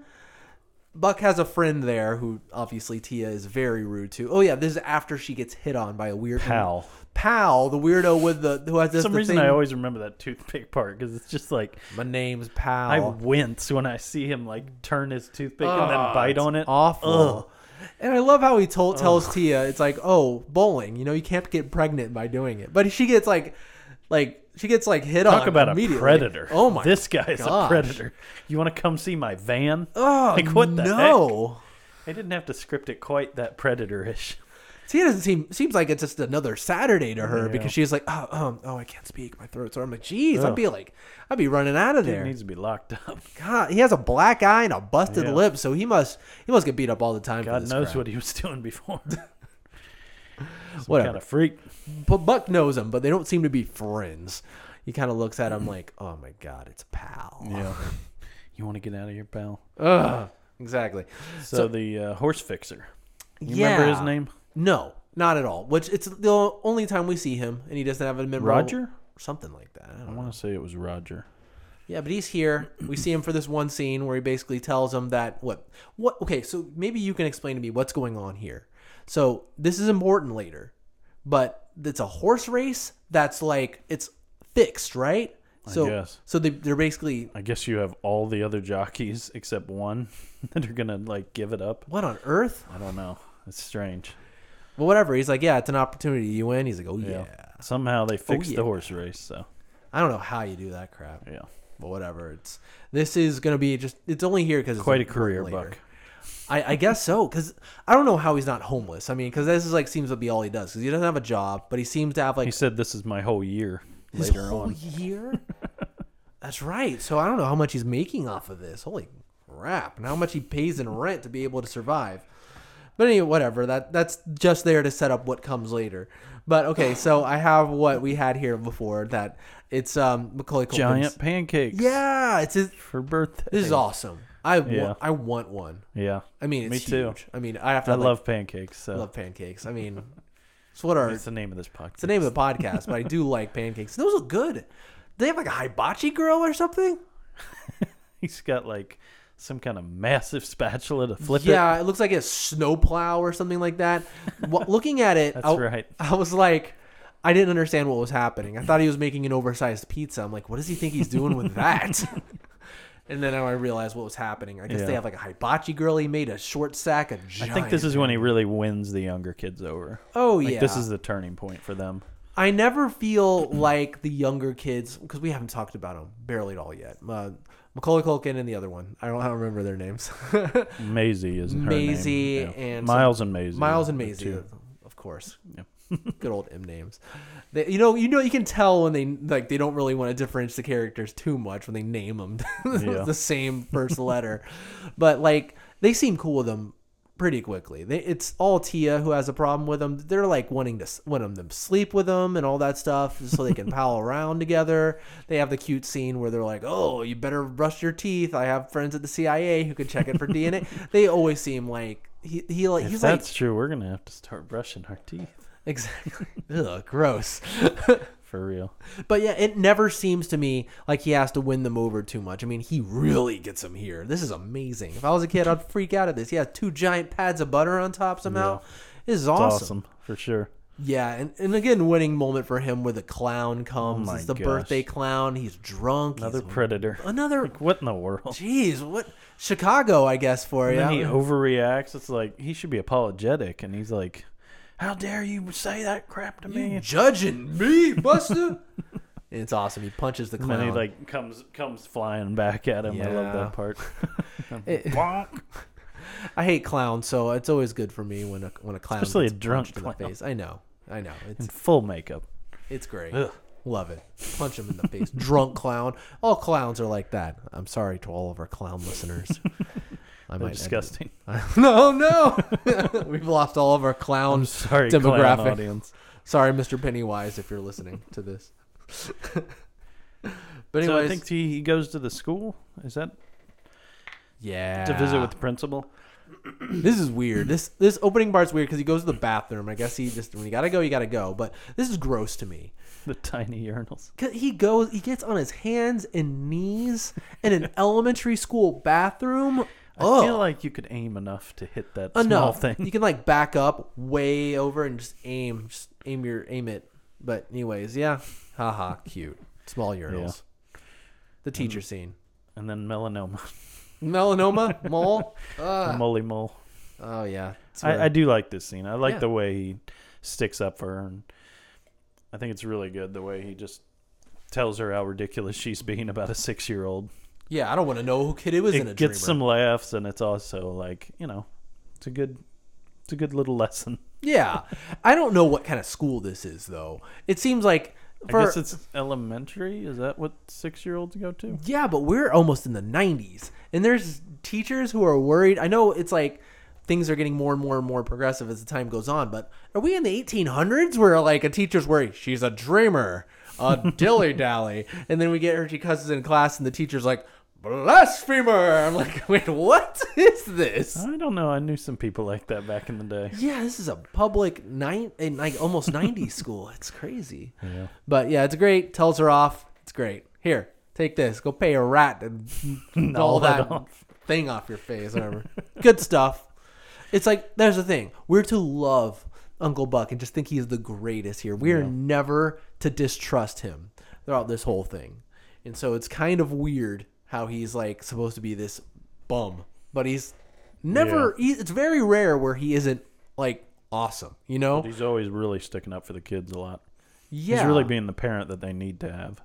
B: Buck has a friend there who obviously Tia is very rude to. Oh yeah, this is after she gets hit on by a weird
A: Pal.
B: Pal, the weirdo with the who has
A: For
B: this
A: some
B: the
A: reason,
B: thing-
A: I always remember that toothpick part because it's just like
B: My name's
A: I
B: Pal.
A: wince when I see him like turn his toothpick and
B: Ah,
A: then bite on it.
B: Awful. And I love how he told tells Tia it's like, oh, bowling. You know, you can't get pregnant by doing it. But she gets like, like she gets like hit on.
A: Talk about a
B: immediately.
A: predator.
B: Oh my.
A: This guy is
B: gosh.
A: a predator. You want to come see my van?
B: Oh,
A: Like, what the
B: no.
A: I didn't have to script it quite that predator-ish.
B: Tia doesn't seem seems like it's just another Saturday to her
A: Yeah.
B: because she's like, oh, um, oh, I can't speak, my throat's sore. I'm like, geez, I'd
A: Ugh.
B: be like, I'd be running out of
A: It
B: there.
A: needs to be locked up.
B: God, he has a black eye and a busted
A: Yeah.
B: lip, so he must he must get beat up all the time. for
A: God
B: this
A: knows
B: crap.
A: what he was doing before. What
B: Whatever.
A: kind of freak.
B: But Buck knows him, but they don't seem to be friends. He kind of looks at him like, oh my god, it's pal.
A: Yeah. You want to get out of here, pal?
B: Ugh. Exactly.
A: So, the uh, horse fixer. You
B: yeah.
A: remember his name?
B: No, not at all. Which it's the only time we see him, and he doesn't have a memorable
A: Roger?
B: something like that. I don't
A: I
B: know.
A: want to say it was Roger.
B: Yeah, but he's here. We see him for this one scene where he basically tells him that what what okay, so maybe you can explain to me what's going on here. So this is important later. But it's a horse race that's like it's fixed, right? So
A: guess.
B: so they they're basically
A: I guess you have all the other jockeys except one that are gonna like give it up.
B: what on earth?
A: I don't know. It's strange.
B: But whatever. He's like, Yeah, it's an opportunity, you win. He's like, Oh yeah. Oh,
A: Somehow they fixed
B: yeah.
A: the horse race. So
B: I don't know how you do that crap.
A: yeah,
B: But whatever. It's this is gonna be just it's only here because
A: quite a career, Buck.
B: I, I guess so, because I don't know how he's not homeless. I mean, because this is like seems to be all he does, because he doesn't have a job, but he seems to have like
A: He said, "This is my whole year."
B: his
A: Later
B: whole
A: on,
B: year. That's right. So I don't know how much he's making off of this. Holy crap! And how much he pays in rent to be able to survive. But anyway, whatever. That that's just there to set up what comes later. But okay, so I have what we had here before that it's um Macaulay Culkin's.
A: giant pancakes.
B: Yeah, it's his,
A: for birthday.
B: this is awesome. I wa-
A: Yeah.
B: I want one.
A: Yeah,
B: I mean, it's
A: Me too.
B: huge. I mean, I have to.
A: I
B: like,
A: love pancakes. So
B: I love pancakes. I mean, it's what our
A: that's
B: it's
A: the name of this podcast.
B: the name of the podcast, but I do like pancakes. Those look good. They have like a hibachi grill or something.
A: He's got like some kind of massive spatula to flip it.
B: yeah, it. looks like a snowplow or something like that. Wha- Looking at it,
A: That's
B: I,
A: right.
B: I was like, I didn't understand what was happening. I thought he was making an oversized pizza. I'm like, what does he think he's doing with that? and then I realized what was happening. I guess
A: Yeah.
B: they have like a hibachi grill. He made a short sack. A giant.
A: I think this is when he really wins the younger kids over.
B: Oh
A: Like
B: yeah.
A: this is the turning point for them.
B: I never feel like the younger kids because we haven't talked about them barely at all yet. Uh, Macaulay Culkin and the other one. I don't, I don't remember their names.
A: Maisie is her name.
B: Maisie and some-
A: Miles and Maisie.
B: Miles
A: are
B: and
A: the
B: Maisie,
A: two.
B: of course. Good old M names. They, you know, you know, you can tell when they like they don't really want to differentiate the characters too much when they name them
A: Yeah.
B: the same first letter, but like they seem cool with them pretty quickly. They, it's all Tia who has a problem with them. They're like wanting to s- wanting them to sleep with them and all that stuff so they can pal around together. They have the cute scene where they're like, "Oh, you better brush your teeth. I have friends at the CIA who could check it for DNA." They always seem like he he like
A: If
B: he's like
A: that's true, we're gonna have to start brushing our teeth
B: Exactly. Ugh, gross.
A: for real.
B: but yeah, it never seems to me like he has to win them over too much. I mean, he really gets them here. This is amazing. If I was a kid, I'd freak out at this. He has two giant pads of butter on top somehow. This is
A: It's
B: awesome.
A: awesome for sure.
B: Yeah, and, and again, winning moment for him where the clown comes.
A: Oh my
B: it's the
A: gosh.
B: birthday clown. He's drunk.
A: Another
B: he's,
A: predator.
B: another.
A: Like, what in the world?
B: Jeez, what Chicago? I guess for
A: And
B: you.
A: then he overreacts. It's like he should be apologetic, and he's like, "How dare you say that crap to me?"
B: You judging me, Buster? it's awesome. He punches the
A: And
B: clown.
A: then he like comes comes flying back at him. I love
B: Yeah.
A: that part.
B: It-
A: Bonk.
B: I hate clowns, so it's always good for me when a when a clown,
A: Especially
B: gets
A: a drunk
B: punched in the
A: clown.
B: face. I know, I know, it's
A: In full makeup.
B: it's great.
A: Ugh.
B: Love it. Punch him in the face. drunk clown. All clowns are like that. I'm sorry to all of our clown listeners. I
A: They're
B: might discuss.
A: disgusting.
B: no, no, we've lost all of our clown.
A: Sorry,
B: demographic.
A: clown audience.
B: Sorry, Mr. Pennywise, if you're listening to this. but
A: So
B: anyways,
A: I think he, he goes to the school. Is that
B: yeah,
A: to visit with the principal?
B: This is weird. This this opening part's weird because he goes to the bathroom. I guess he just when you gotta go, you gotta go. But this is gross to me.
A: The tiny urinals.
B: 'Cause he goes, he gets on his hands and knees in an elementary school bathroom. Oh,
A: I feel like you could aim enough to hit that small
B: enough.
A: thing.
B: You can like back up way over and just aim, just aim your aim it. But anyways, yeah, haha, cute small urinals.
A: Mm-hmm.
B: The teacher scene,
A: And then melanoma.
B: melanoma mole. Uh,
A: Moly mole.
B: oh yeah, It's
A: I, I do like this scene. I like
B: Yeah.
A: the way he sticks up for her. And I think it's really good the way he just tells her how ridiculous she's being about a six year old.
B: yeah. I don't want to know who kid it was in a
A: It gets
B: dreamer.
A: some laughs, and it's also like, you know, it's a good. It's a good little lesson.
B: Yeah. I don't know what kind of school this is though. It seems like for,
A: I guess it's elementary. Is that what six-year-olds go to?
B: yeah, but we're almost in the 90s and there's teachers who are worried. I know it's like things are getting more and more and more progressive as the time goes on, but are we in the 1800s where like a teacher's worried she's a dreamer, a dilly-dally, and then we get her she cusses in class and the teacher's like blasphemer. I'm like, "Wait, what is this?"
A: I don't know. I knew some people like that back in the day.
B: Yeah, this is a public nine in like almost 90s school. It's crazy.
A: Yeah.
B: But yeah, it's great. Tells her off. It's great. Here, take this. Go pay a rat and all
A: that
B: that
A: off.
B: thing off your face, whatever. Good stuff. It's like there's the thing. We're to love Uncle Buck and just think he's the greatest here. We are never to distrust him throughout this whole thing. And so it's kind of weird how he's like supposed to be this bum, but he's never he, e, it's very rare where he isn't like awesome, you know?
A: He's always really sticking up for the kids a lot.
B: Yeah.
A: He's really being the parent that they need to have.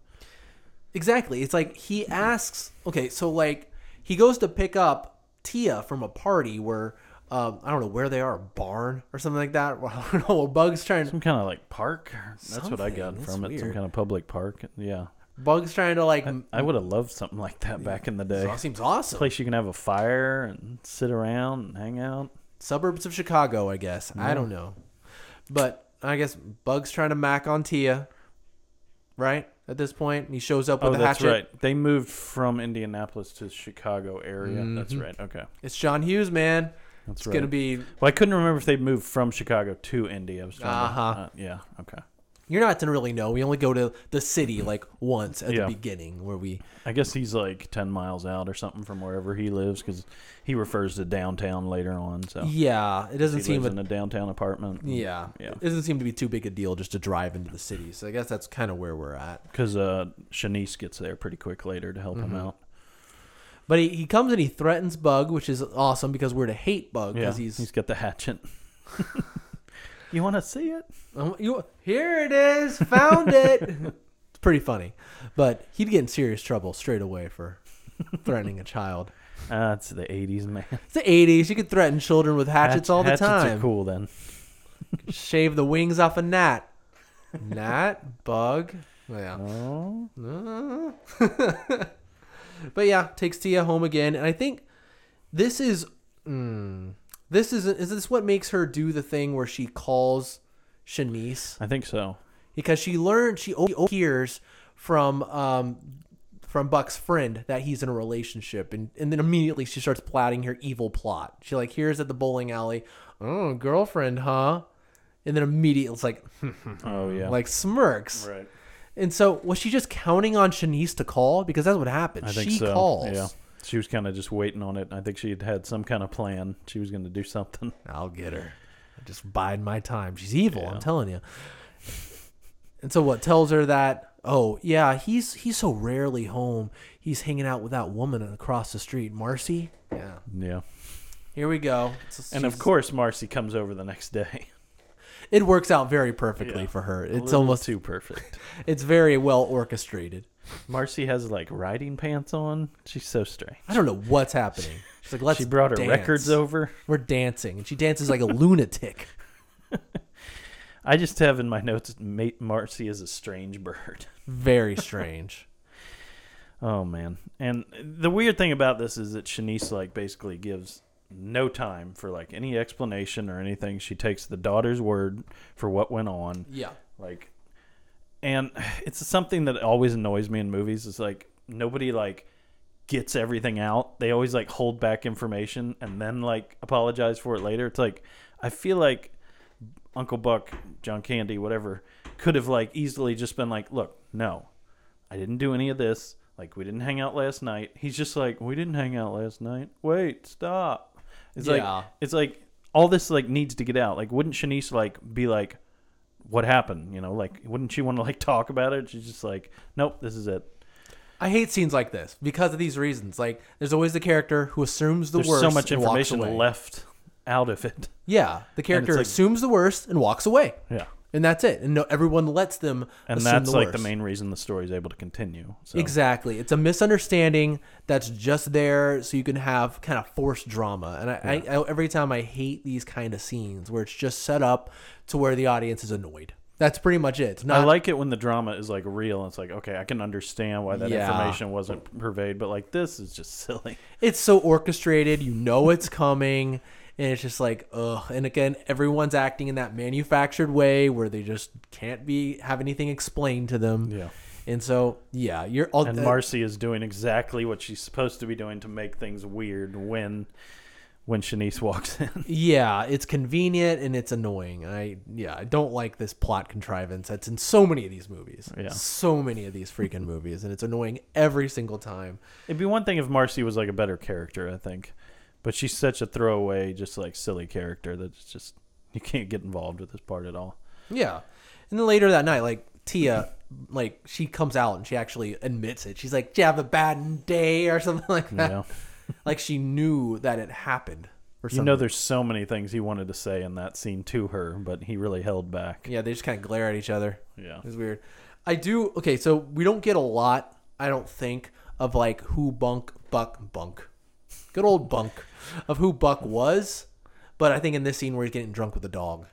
B: Exactly. It's like he asks. Okay, so like he goes to pick up Tia from a party where um, I don't know where they are, a barn or something like that. I don't know. Bugs trying.
A: Some kind of like park. That's what I got
B: Something. That's
A: from it. Some
B: weird.
A: kind of public park. Yeah.
B: Bugs trying to like.
A: I would have loved something like that back in the day.
B: seems awesome.
A: Place you can have a fire and sit around and hang out.
B: Suburbs of Chicago, I guess. I don't know, but I guess Bugs trying to mac on Tia, right? At this point, and he shows up with
A: Oh,
B: a
A: that's
B: hatchet.
A: right. They moved from Indianapolis to Chicago area. That's
B: Mm-hmm.
A: right. Okay.
B: It's John Hughes, man.
A: That's
B: it's
A: right.
B: gonna be.
A: Well, I couldn't remember if they moved from Chicago to Indy. I was trying to-
B: Uh-huh.
A: uh, yeah. Okay.
B: You're not to really know. We only go to the city like once at
A: Mm-hmm. Yeah.
B: the beginning where we
A: I guess he's like 10 miles out or something from wherever he lives because he refers to downtown later on. So
B: Yeah, it doesn't
A: he
B: seem.
A: lives
B: A,
A: in a downtown apartment.
B: yeah,
A: Yeah.
B: it doesn't seem to be too big a deal just to drive into the city. So I guess that's kind of where we're at.
A: Because uh, Shanice gets there pretty quick later to help him out.
B: But he, he comes and he threatens Bug, which is awesome because we're to hate Bug
A: Yeah.
B: because
A: He's,
B: he's,
A: he's got the hatchet. you want to see it?
B: Um, you, here it is, found it. it's pretty funny, but he'd get in serious trouble straight away for threatening a child.
A: Uh, it's the 80s, man.
B: It's the '80s; you could threaten children with hatchets all the
A: Hatchets
B: time.
A: are cool then.
B: Shave the wings off a gnat. Gnat, bug. Yeah.
A: Oh,
B: Uh. but yeah, takes Tia home again, and I think this is mm, this is is this what makes her do the thing where she calls Shanice
A: I think so.
B: because she learned she o- hears from um from Buck's friend that he's in a relationship, and and then immediately she starts plotting her evil plot. She like hears at the bowling alley, oh girlfriend, huh? And then immediately it's like
A: Oh yeah,
B: like smirks.
A: right.
B: And so was she just counting on Shanice to call? Because that's what happened.
A: I think
B: she
A: so.
B: calls.
A: Yeah, she was kind of just waiting on it. I think she had had some kind of plan. She was going to do something.
B: I'll get her. I just bide my time. She's evil, I'm telling you. And so what tells her that, oh yeah, he's he's so rarely home. He's hanging out with that woman across the street, Marcy. Yeah.
A: Yeah,
B: Here we go. It's-
A: and of
B: she's-
A: course Marcy comes over the next day.
B: it works out very perfectly
A: Yeah.
B: for her.
A: A
B: It's
A: little
B: almost
A: too perfect.
B: it's very well orchestrated.
A: Marcy has like riding pants on. She's so strange.
B: I don't know what's happening. She's like, let's
A: She brought her
B: dance.
A: records over.
B: We're dancing, and she dances like a lunatic.
A: I just have in my notes, mate Marcy is a strange bird.
B: Very strange.
A: Oh man. And the weird thing about this is that Shanice like basically gives no time for like any explanation or anything. She takes the daughter's word for what went on.
B: Yeah.
A: Like and it's something that always annoys me in movies. It's like nobody like gets everything out. They always like hold back information and then like apologize for it later. It's like I feel like Uncle Buck, John Candy, whatever, could have like easily just been like, "Look, no. I didn't do any of this. Like we didn't hang out last night." He's just like, "We didn't hang out last night. Wait, stop." It's
B: Yeah.
A: like it's like all this like needs to get out. Like wouldn't Shanice like be like what happened, you know? Like wouldn't she want to like talk about it? She's just like, "Nope, this is it."
B: I hate scenes like this because of these reasons. Like, there's always the character who assumes the
A: There's
B: worst.
A: so much
B: and walks
A: information
B: away.
A: left out of it.
B: Yeah, the character
A: like-
B: assumes the worst and walks away,
A: Yeah.
B: and that's it. And no, everyone lets them.
A: And
B: assume
A: that's
B: the
A: like
B: worst.
A: the main reason the story's able to continue. So
B: Exactly, it's a misunderstanding that's just there so you can have kind of forced drama. And I, I, I every time I hate these kind of scenes where it's just set up to where the audience is annoyed. That's pretty much it. It's
A: I
B: not
A: like it when the drama is like real and it's like, okay, I can understand why that
B: Yeah.
A: information wasn't purveyed, but like this is just silly.
B: it's so orchestrated. You know it's coming. And it's just like, ugh. And again, everyone's acting in that manufactured way where they just can't be have anything explained to them.
A: Yeah.
B: And so, yeah, you're all.
A: And
B: uh,
A: Marcy is doing exactly what she's supposed to be doing to make things weird when when Shanice walks in.
B: yeah, it's convenient and it's annoying. And I, yeah, I don't like this plot contrivance that's in so many of these movies.
A: Yeah.
B: So many of these freaking movies, and it's annoying every single time.
A: It'd be one thing if Marcy was like a better character, I think. But she's such a throwaway, just like silly character that it's just you can't get involved with this part at all.
B: Yeah. And then later that night, like Tia, like she comes out and she actually admits it. She's like, "Did you have a bad day?" or something like
A: You
B: that.
A: know?
B: Like she knew that it happened. Or
A: you
B: something.
A: know there's so many things he wanted to say in that scene to her, but he really held back.
B: yeah, they just kind of glare at each other.
A: Yeah.
B: It's weird. I do. Okay, so we don't get a lot. I don't think of like who Bunk Buck Bunk, good old Bunk, of who Buck was. But I think in this scene where he's getting drunk with the dog,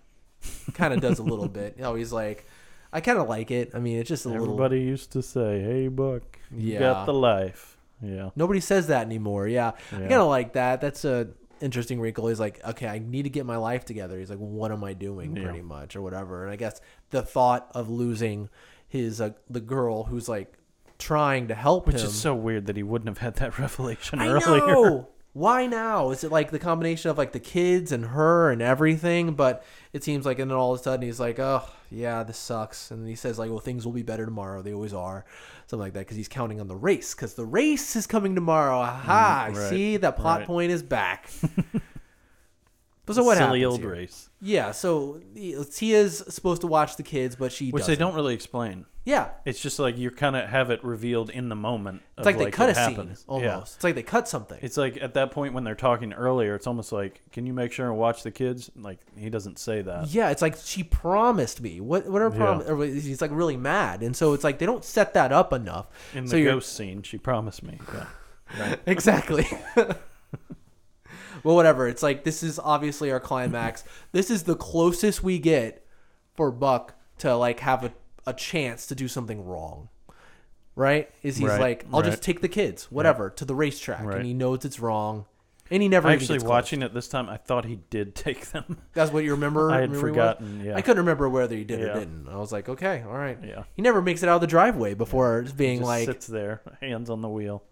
B: kind of does a little bit. You know, he's like, I kind of like it. I mean, it's just a little.
A: Everybody used to say, "Hey, Buck, you
B: Yeah.
A: got the life." Yeah,
B: Nobody says that anymore. Yeah.
A: Yeah.
B: I kind of like that. That's a interesting wrinkle. He's like, okay, I need to get my life together. He's like, what am I doing,
A: Yeah.
B: pretty much, or whatever. And I guess the thought of losing his uh, the girl who's like trying to help
A: which
B: him.
A: is so weird that he wouldn't have had that revelation
B: Um, I
A: earlier.
B: know. Why now? Is it like the combination of like the kids and her and everything? But it seems like, and then all of a sudden he's like, oh yeah, this sucks. And he says like, well, things will be better tomorrow. They always are, something like that. Because he's counting on the race. Because the race is coming tomorrow. Aha!
A: Mm, right,
B: See that plot
A: right.
B: point is back. But so what
A: Silly
B: happens
A: old
B: here?
A: race,
B: Yeah. So Tia's supposed to watch the kids, but she
A: which
B: doesn't.
A: they don't really explain.
B: Yeah.
A: It's just like you kind of have it revealed in the moment.
B: It's like, they cut a
A: it
B: scene
A: happens.
B: almost.
A: Yeah.
B: It's like they cut something.
A: It's like at that point when they're talking earlier, it's almost like, "Can you make sure and watch the kids?" Like he doesn't say that.
B: Yeah, it's like she promised me. What what are
A: Yeah.
B: prom? or He's like really mad, and so it's like they don't set that up enough.
A: In the
B: so you're
A: ghost scene, she promised me. Yeah.
B: exactly. well, whatever. It's like this is obviously our climax. this is the closest we get for Buck to like have a, a chance to do something wrong. Right? Is he's
A: Right,
B: like, I'll
A: right.
B: just take the kids, whatever, to the racetrack,
A: Right.
B: and he knows it's wrong, and he never even
A: Actually,
B: gets close.
A: watching it this time, I thought he did take them.
B: That's what you remember.
A: I had
B: memory was?
A: forgotten. Yeah.
B: I couldn't remember whether he did or
A: Yeah.
B: didn't. I was like, okay, all right.
A: Yeah.
B: He never makes it out of the driveway before being
A: Just
B: like,
A: sits there, hands on the wheel.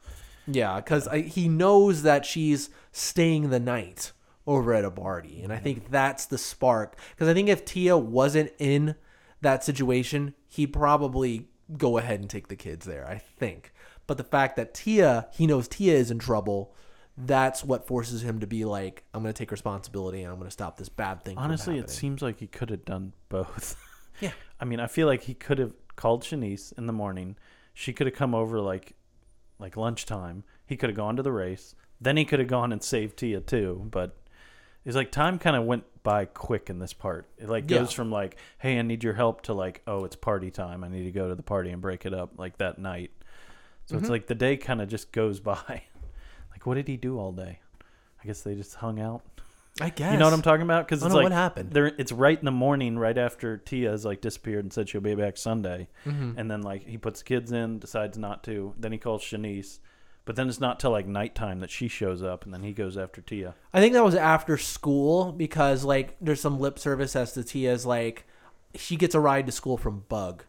B: yeah, because he knows that she's staying the night over at a party, and I think that's the spark. Because I think if Tia wasn't in that situation, he'd probably go ahead and take the kids there. I think, but the fact that Tia, he knows Tia is in trouble. That's what forces him to be like, I'm going to take responsibility and I'm going to stop this bad thing. from
A: Honestly, it
B: happening."
A: seems like he could have done both.
B: Yeah.
A: I mean, I feel like he could have called Shanice in the morning. She could have come over like like lunchtime. He could have gone to the race. Then he could have gone and saved Tia too, but it's like time kind of went by quick in this part. It like
B: Yeah.
A: goes from like, "Hey, I need your help" to like, "Oh, it's party time. I need to go to the party and break it up" like that night. So
B: Mm-hmm.
A: it's like the day kind of just goes by. like, what did he do all day? I guess they just hung out.
B: I guess
A: You know what I'm talking about? Because
B: I
A: it's
B: don't know
A: like
B: what happened.
A: There, it's right in the morning, right after Tia's like disappeared and said she'll be back Sunday,
B: Mm-hmm.
A: and then like he puts the kids in, decides not to. Then he calls Shanice, but then it's not till like nighttime that she shows up, and then he goes after Tia.
B: I think that was after school because like there's some lip service as to Tia's like she gets a ride to school from Bug,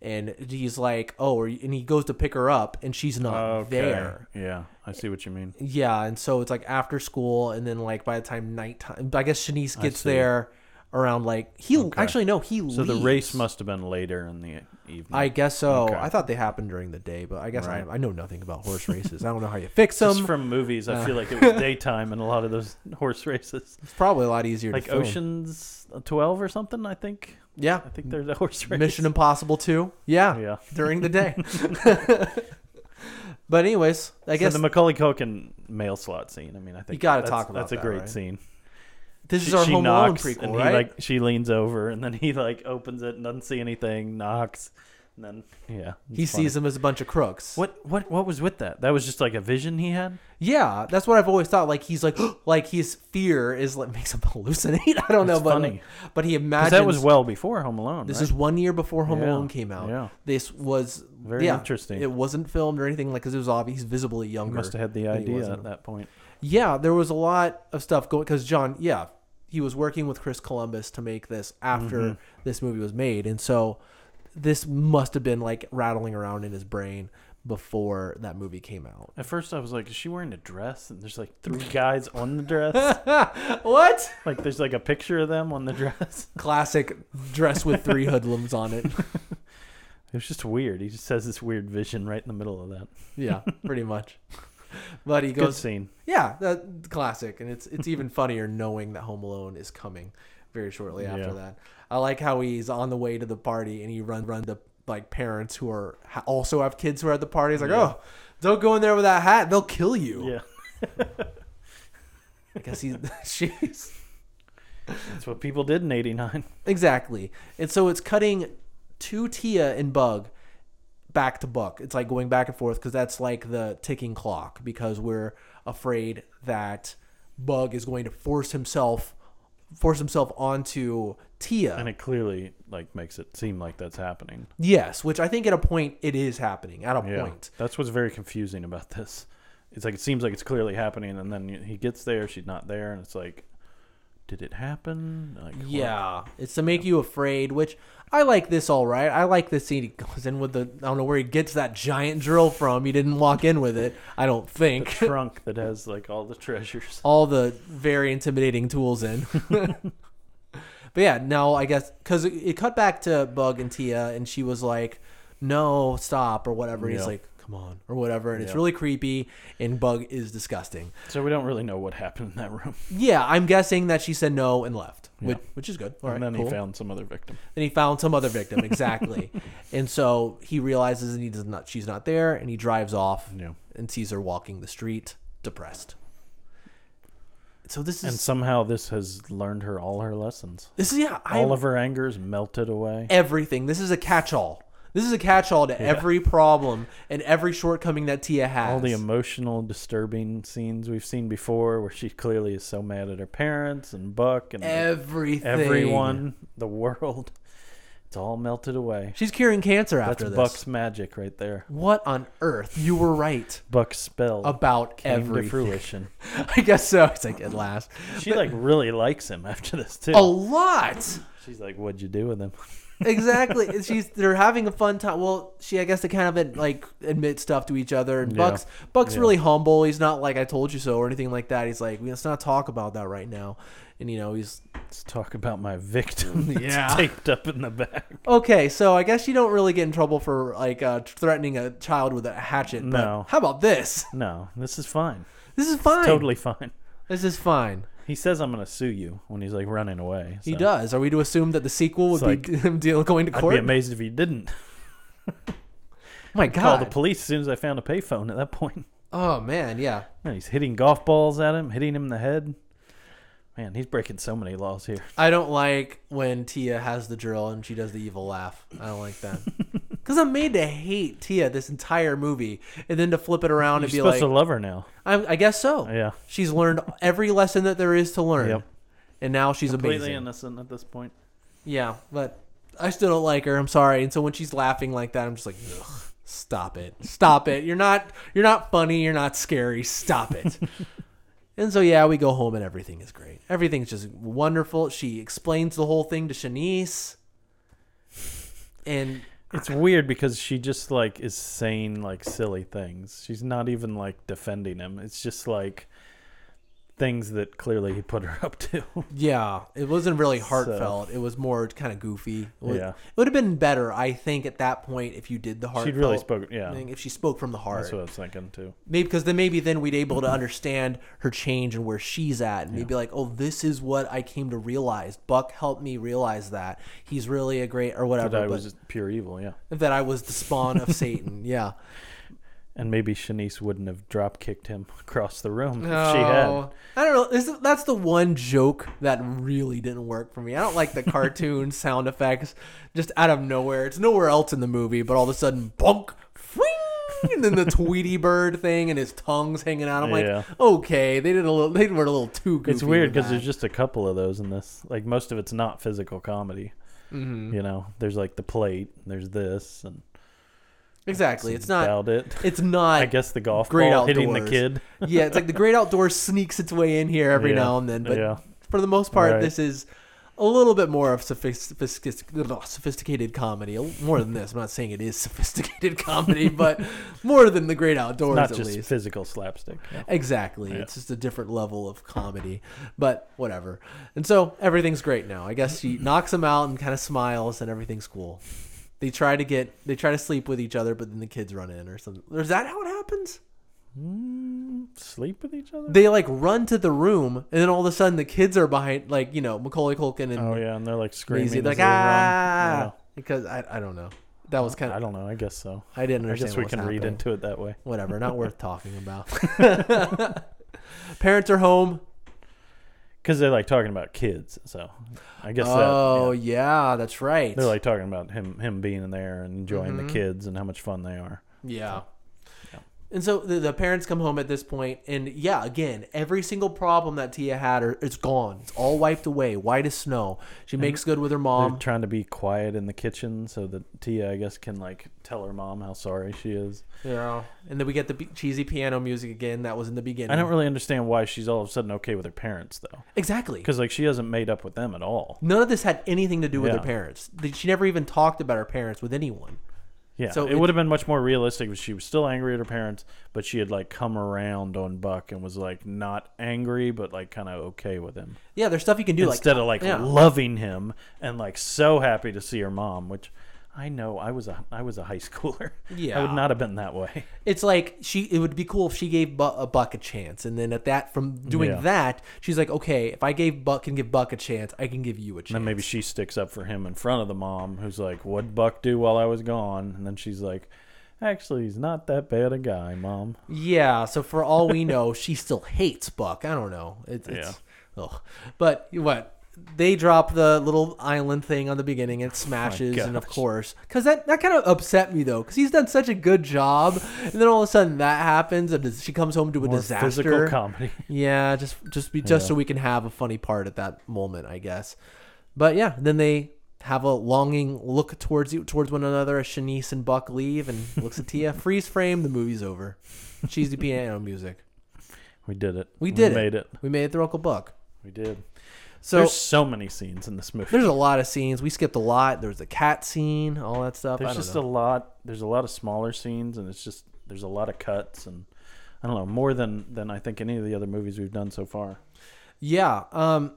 B: and he's like, oh, are you- and he goes to pick her up and she's not Uh, there.
A: Yeah, I see what you mean.
B: Yeah, and so it's like after school, and then like by the time nighttime, I guess Shanice gets
A: see.
B: there around like he actually no he
A: So the race
B: leaves.
A: must have been later in the evening.
B: I guess so.
A: Okay.
B: I thought they happened during the day, but I guess
A: Right.
B: I, I know nothing about horse races. I don't know how you fix
A: Just
B: them.
A: from movies,
B: uh,
A: I feel like it was daytime in a lot of those horse races,
B: It's probably a lot easier
A: like
B: to film.
A: Ocean's Twelve or something. I think.
B: Yeah,
A: I think there's a horse race.
B: Mission Impossible 2. Yeah.
A: Yeah.
B: During the day. but anyways, I
A: I
B: guess
A: guess the Macaulay Culkin mail slot scene. I mean, I think
B: gotta
A: that's-
B: talk about
A: that's a
B: that,
A: great
B: right?
A: scene.
B: this is
A: She-
B: our
A: she
B: Home Alone
A: knocks
B: prequel,
A: and
B: right?
A: he like she leans over and then he like opens it and doesn't see anything, knocks, and then yeah,
B: he sees them as a bunch of crooks.
A: What what what was with that? That was just like a vision he had.
B: Yeah, that's what I've always thought. Like he's like like his fear is like makes him hallucinate. I don't know,
A: That's
B: but
A: funny.
B: like- but he
A: 'Cause
B: imagines
A: that was well before Home Alone.
B: This
A: right?
B: is one year before Home
A: Yeah,
B: Alone came out.
A: yeah.
B: This was
A: Very
B: yeah,
A: interesting.
B: It wasn't filmed or anything like because it was obvious. He's visibly younger.
A: He must have had the
B: than he was
A: idea
B: in
A: at that point.
B: yeah, there was a lot of stuff going because John, yeah, he was working with Chris Columbus to make this after this movie was made, and so this must have been like rattling around in his brain before that movie came out.
A: At first, I was like, "Is she wearing a dress?" And there's like three guys on the dress.
B: What
A: like there's like a picture of them on the dress.
B: classic dress with three hoodlums on it?
A: It was just weird. He just has this weird vision right in the middle of that.
B: Yeah, pretty much. But he
A: Good
B: goes,
A: scene.
B: yeah, that classic, and it's it's even funnier knowing that Home Alone is coming very shortly after
A: Yeah.
B: that. I like how he's on the way to the party and he run run to like parents who are ha- also have kids who are at the party. He's like,
A: Yeah.
B: oh, don't go in there with that hat; they'll kill you.
A: Yeah.
B: I guess he's she's
A: That's what people did in '89.
B: exactly, and so it's cutting to Tia and Bug back to Buck. It's like going back and forth because that's like the ticking clock because we're afraid that Bug is going to force himself force himself onto Tia.
A: And it clearly like makes it seem like that's happening.
B: yes, which I think at a point it is happening. At a
A: Yeah,
B: point.
A: that's what's very confusing about this. It's like it seems like it's clearly happening, and then he gets there, she's not there, and it's like, did it happen? Like, what-
B: Yeah, it's to make you afraid, which I like this all right. I like this scene. He goes in with the I don't know where he gets that giant drill from. He didn't walk in with it, I don't
A: the
B: think.
A: trunk that has like all the treasures.
B: all the very intimidating tools in. but yeah, now I guess because it, it cut back to Bug and Tia, and she was like, "No, stop" or whatever. And He's
A: Yeah.
B: like, "Come on" or whatever, and it's
A: Yeah.
B: really creepy. And Bug is disgusting.
A: So we don't really know what happened in that room.
B: Yeah, I'm guessing that she said no and left, which which is good. All right,
A: and then
B: cool.
A: he found some other victim.
B: Then he found some other victim exactly, and so he realizes that he does not. She's not there, and he drives off
A: Yeah.
B: and sees her walking the street, depressed. So this is
A: And somehow this has learned her all her lessons.
B: This is yeah. I
A: all of her anger is melted away.
B: everything. This is a catch-all. This is a catch-all to every problem and every shortcoming that Tia has.
A: All the emotional, disturbing scenes we've seen before, where she clearly is so mad at her parents and Buck and
B: everything.
A: everyone, the world. It's all melted away.
B: She's curing cancer
A: That's
B: after this.
A: Buck's magic right there.
B: What on earth? You were right
A: Buck's spell
B: about
A: came to
B: everything.
A: fruition.
B: I guess so. It's like at last.
A: She like really likes him after this too.
B: A lot.
A: She's like, "What'd you do with him?"
B: exactly. And She's they're having a fun time. Well, she I guess they kind of like admit stuff to each other. And
A: Yeah.
B: Buck's Buck's
A: Yeah.
B: really humble. He's not like I told you so or anything like that. He's like let's not talk about that right now. And you know he's
A: Let's talk about my victim. that's
B: Yeah.
A: taped up in the back.
B: okay. So I guess you don't really get in trouble for like uh, threatening a child with a hatchet. but
A: No.
B: How about this?
A: No, this is fine.
B: This is fine.
A: Totally fine.
B: This is fine.
A: He says, "I'm gonna sue you" when he's like running away.
B: He
A: so
B: does. Are we to assume that the sequel would
A: It's
B: be him deal, going to
A: I'd
B: court?
A: be amazed if he didn't
B: My
A: call the
B: God.
A: police as soon as I found a payphone. At that point,
B: oh man, yeah.
A: man, he's hitting golf balls at him, hitting him in the head. Man, he's breaking so many laws here.
B: I don't like when Tia has the drill and she does the evil laugh. I don't like that. Because I'm made to hate Tia this entire movie, and then to flip it around
A: You're
B: and be
A: supposed
B: like,
A: to love her now.
B: I, I guess so.
A: Yeah,
B: She's learned every lesson that there is to learn,
A: Yep.
B: and now she's
A: completely
B: amazing.
A: innocent at this point.
B: Yeah, but I still don't like her. I'm sorry. And so when she's laughing like that, I'm just like, Ugh, stop it, stop it. You're not, you're not funny. You're not scary. Stop it. and so yeah, we go home and everything is great. Everything's just wonderful. She explains the whole thing to Shanice, and
A: It's weird because she just like is saying like silly things. She's not even like defending him. It's just like things that clearly he put her up to.
B: yeah, it wasn't really heartfelt. It was more kind of goofy. It would,
A: Yeah.
B: it would have been better, I think, at that point if you did the heartfelt.
A: She'd really spoken. Yeah,
B: thing, if she spoke from the heart.
A: that's what I was thinking too.
B: maybe because then maybe then we'd able to
A: Mm-hmm.
B: understand her change and where she's at and maybe like oh this is what i came to realize buck helped me realize that he's really a great or whatever
A: That I was
B: but,
A: just pure evil. Yeah,
B: that i was the spawn of satan yeah
A: and maybe Shanice wouldn't have drop kicked him across the room if she had.
B: Oh, i don't know this, is- that's the one joke that really didn't work for me i don't like the cartoon sound effects just out of nowhere it's nowhere else in the movie but all of a sudden bunk and then the Tweety Bird thing and his tongue's hanging out. I'm
A: Yeah.
B: like, okay, they did a little. They were a little too. Goofy
A: It's weird
B: with
A: because
B: that.
A: there's just a couple of those in this. Like most of it's not physical comedy. Mm-hmm. You know, there's like the plate. There's this, and
B: Exactly. It's not.
A: about it.
B: It's not.
A: I guess the golf
B: Great
A: ball hitting the
B: outdoors.
A: kid.
B: yeah, it's like the great outdoors sneaks its way in here every
A: Yeah,
B: now and then, but
A: yeah.
B: for the most part,
A: Right.
B: this is a little bit more of sophis- sophis- sophisticated comedy. A- More than this, I'm not saying it is sophisticated comedy, but more than the great outdoors,
A: Not
B: at
A: just
B: least.
A: physical slapstick. Yeah.
B: Exactly. It's just a different level of comedy, but whatever. And so everything's great now. I guess she knocks him out and kind of smiles, and everything's cool. They try to get, they try to sleep with each other, but then the kids run in or something. Is that how it happens?
A: Mm, Sleep with each other.
B: They like run to the room, and then all of a sudden the kids are behind, like you know, Macaulay Culkin and
A: Oh yeah, and they're like screaming.
B: Maisie,
A: as
B: like
A: they run.
B: ah, because I, I don't know. That was
A: Yeah.
B: kind
A: I
B: of
A: don't know. I guess so.
B: I, didn't
A: I
B: understand.
A: guess we
B: what was
A: can read
B: happening.
A: into it that way.
B: whatever. Not worth talking about. Parents are home.
A: Because they're like talking about kids, so I guess
B: oh
A: that yeah.
B: yeah. that's right.
A: they're like talking about him him being in there and enjoying
B: Mm-hmm.
A: the kids and how much fun they are.
B: Yeah. And so the, the parents come home at this point, and yeah, again, every single problem that Tia had are, it's gone. It's all wiped away, white as snow. She makes good with her
A: They're
B: mom.
A: trying to be quiet in the kitchen so that Tia, I guess, can like tell her mom how sorry she is.
B: Yeah. And then we get the b- cheesy piano music again that was in the beginning.
A: I don't really understand why she's all of a sudden okay with her parents though,
B: exactly.
A: because like she hasn't made up with them at all.
B: None of this had anything to do with
A: Yeah.
B: her parents. They- She never even talked about her parents with anyone.
A: Yeah,
B: So
A: so it,
B: it-
A: would have been much more realistic if she was still angry at her parents, but she had like come around on Buck and was like not angry, but like kind of okay with him
B: Yeah, there's stuff you can do
A: instead
B: like
A: of like
B: yeah.
A: loving him and like so happy to see her mom, which I know I was a I was a high schooler. I
B: Yeah.
A: would not have been that way.
B: it's like she it would be cool if she gave Bu a buck a chance and then at that from doing
A: Yeah.
B: that she's like okay if I gave buck can give buck a chance I can give you a chance
A: And maybe she sticks up for him in front of the mom, who's like, "What'd Buck do while I was gone?" And then she's like, "Actually, he's not that bad a guy, mom."
B: yeah so for all we know she still hates buck I don't know it's, it's ugh. but what they drop the little island thing on the beginning. It smashes, and of
A: Oh gosh.
B: course, because that that kind of upset me though, because he's done such a good job, and then all of a sudden that happens, and she comes home to a
A: More
B: disaster.
A: physical comedy.
B: Yeah, just just be just
A: Yeah.
B: so we can have a funny part at that moment, I guess. But yeah, then they have a longing look towards you towards one another as Shanice and Buck leave and looks at Tia. Freeze frame, the movie's over. Cheesy piano music.
A: We did it.
B: We did it.
A: made it.
B: We made it through Uncle Buck.
A: We did.
B: So
A: There's
B: there's,
A: so many scenes in this movie.
B: a lot of scenes. We skipped a lot. There was the cat scene, all that stuff. I
A: There's
B: don't
A: just
B: know.
A: a lot. There's a lot of smaller scenes, and it's just there's a lot of cuts, and I don't know more than than I think any of the other movies we've done so far.
B: Yeah. Um,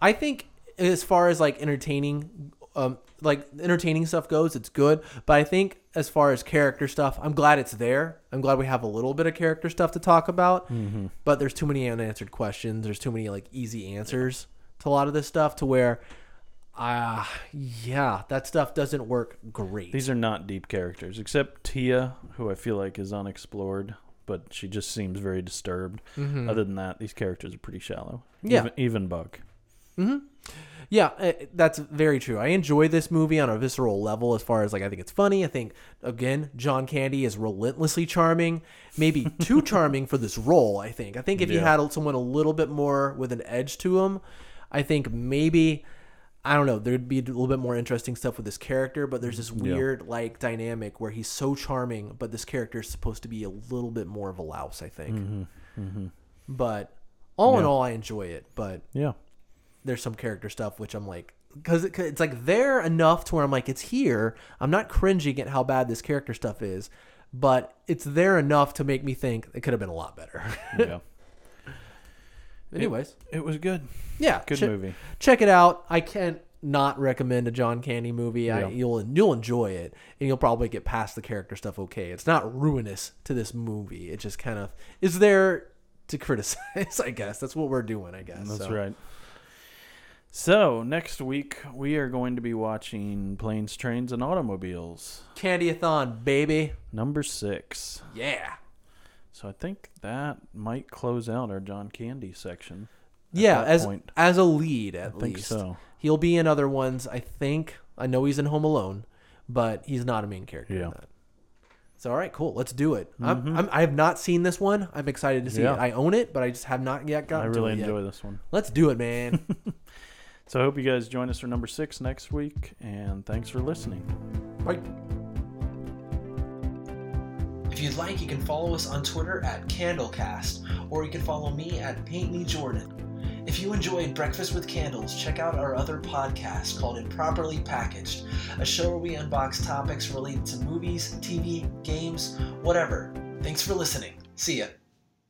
B: I think as far as like entertaining, um, like entertaining stuff goes, it's good. But I think as far as character stuff, I'm glad it's there. I'm glad we have a little bit of character stuff to talk about. But there's too many unanswered questions. There's too many like easy answers to a lot of this stuff to where, ah, yeah, that stuff doesn't work great.
A: These are not deep characters, except Tia, who I feel like is unexplored, but she just seems very disturbed. Other than that, these characters are pretty shallow.
B: Mm-hmm. Yeah.
A: even, even Buck.
B: Yeah, uh, that's very true. I enjoy this movie on a visceral level as far as like I think it's funny. I think again, John Candy is relentlessly charming, maybe too charming for this role, I think. I think if you
A: Yeah.
B: had someone a little bit more with an edge to him, I think maybe I don't know, there'd be a little bit more interesting stuff with this character, but there's this weird like dynamic where he's so charming, but this character is supposed to be a little bit more of a louse, I think. But all in all, I enjoy it, but
A: Yeah,
B: there's some character stuff which I'm like because it, 'cause it's like there enough to where I'm like it's here. I'm not cringing at how bad this character stuff is, but it's there enough to make me think it could have been a lot better.
A: yeah.
B: Anyways,
A: It was good.
B: yeah,
A: Good
B: che-
A: movie.
B: Check it out. I can't not recommend a John Candy movie. I,
A: Yeah.
B: you'll you'll enjoy it, and you'll probably get past the character stuff. Okay, it's not ruinous to this movie. It just kind of is there to criticize. I guess that's what we're doing. I guess
A: That's
B: So,
A: right. So next week we are going to be watching Planes, Trains, and Automobiles,
B: Candy-a-thon, baby.
A: number six.
B: Yeah.
A: So I think that might close out our John Candy section. at
B: yeah,
A: that
B: as
A: point.
B: as a lead at
A: think
B: least.
A: so.
B: He'll be in other ones, I think. I know he's in Home Alone, but he's not a main character in
A: Yeah. Mm-hmm.
B: that. So all right, cool. Let's do it. I'm, I'm, I have not seen this one. I'm excited to see
A: Yeah.
B: it. I own it, but I just have not yet
A: I
B: gotten
A: really
B: to it. yet.
A: enjoy this one.
B: Let's do it, man.
A: So I hope you guys join us for number six next week, and thanks for listening.
B: Bye. If you'd like, you can follow us on Twitter at Candlecast, or you can follow me at Paint Me Jordan. If you enjoyed Breakfast with Candles, check out our other podcast called Improperly Packaged, a show where we unbox topics related to movies, TV, games, whatever. Thanks for listening. See ya.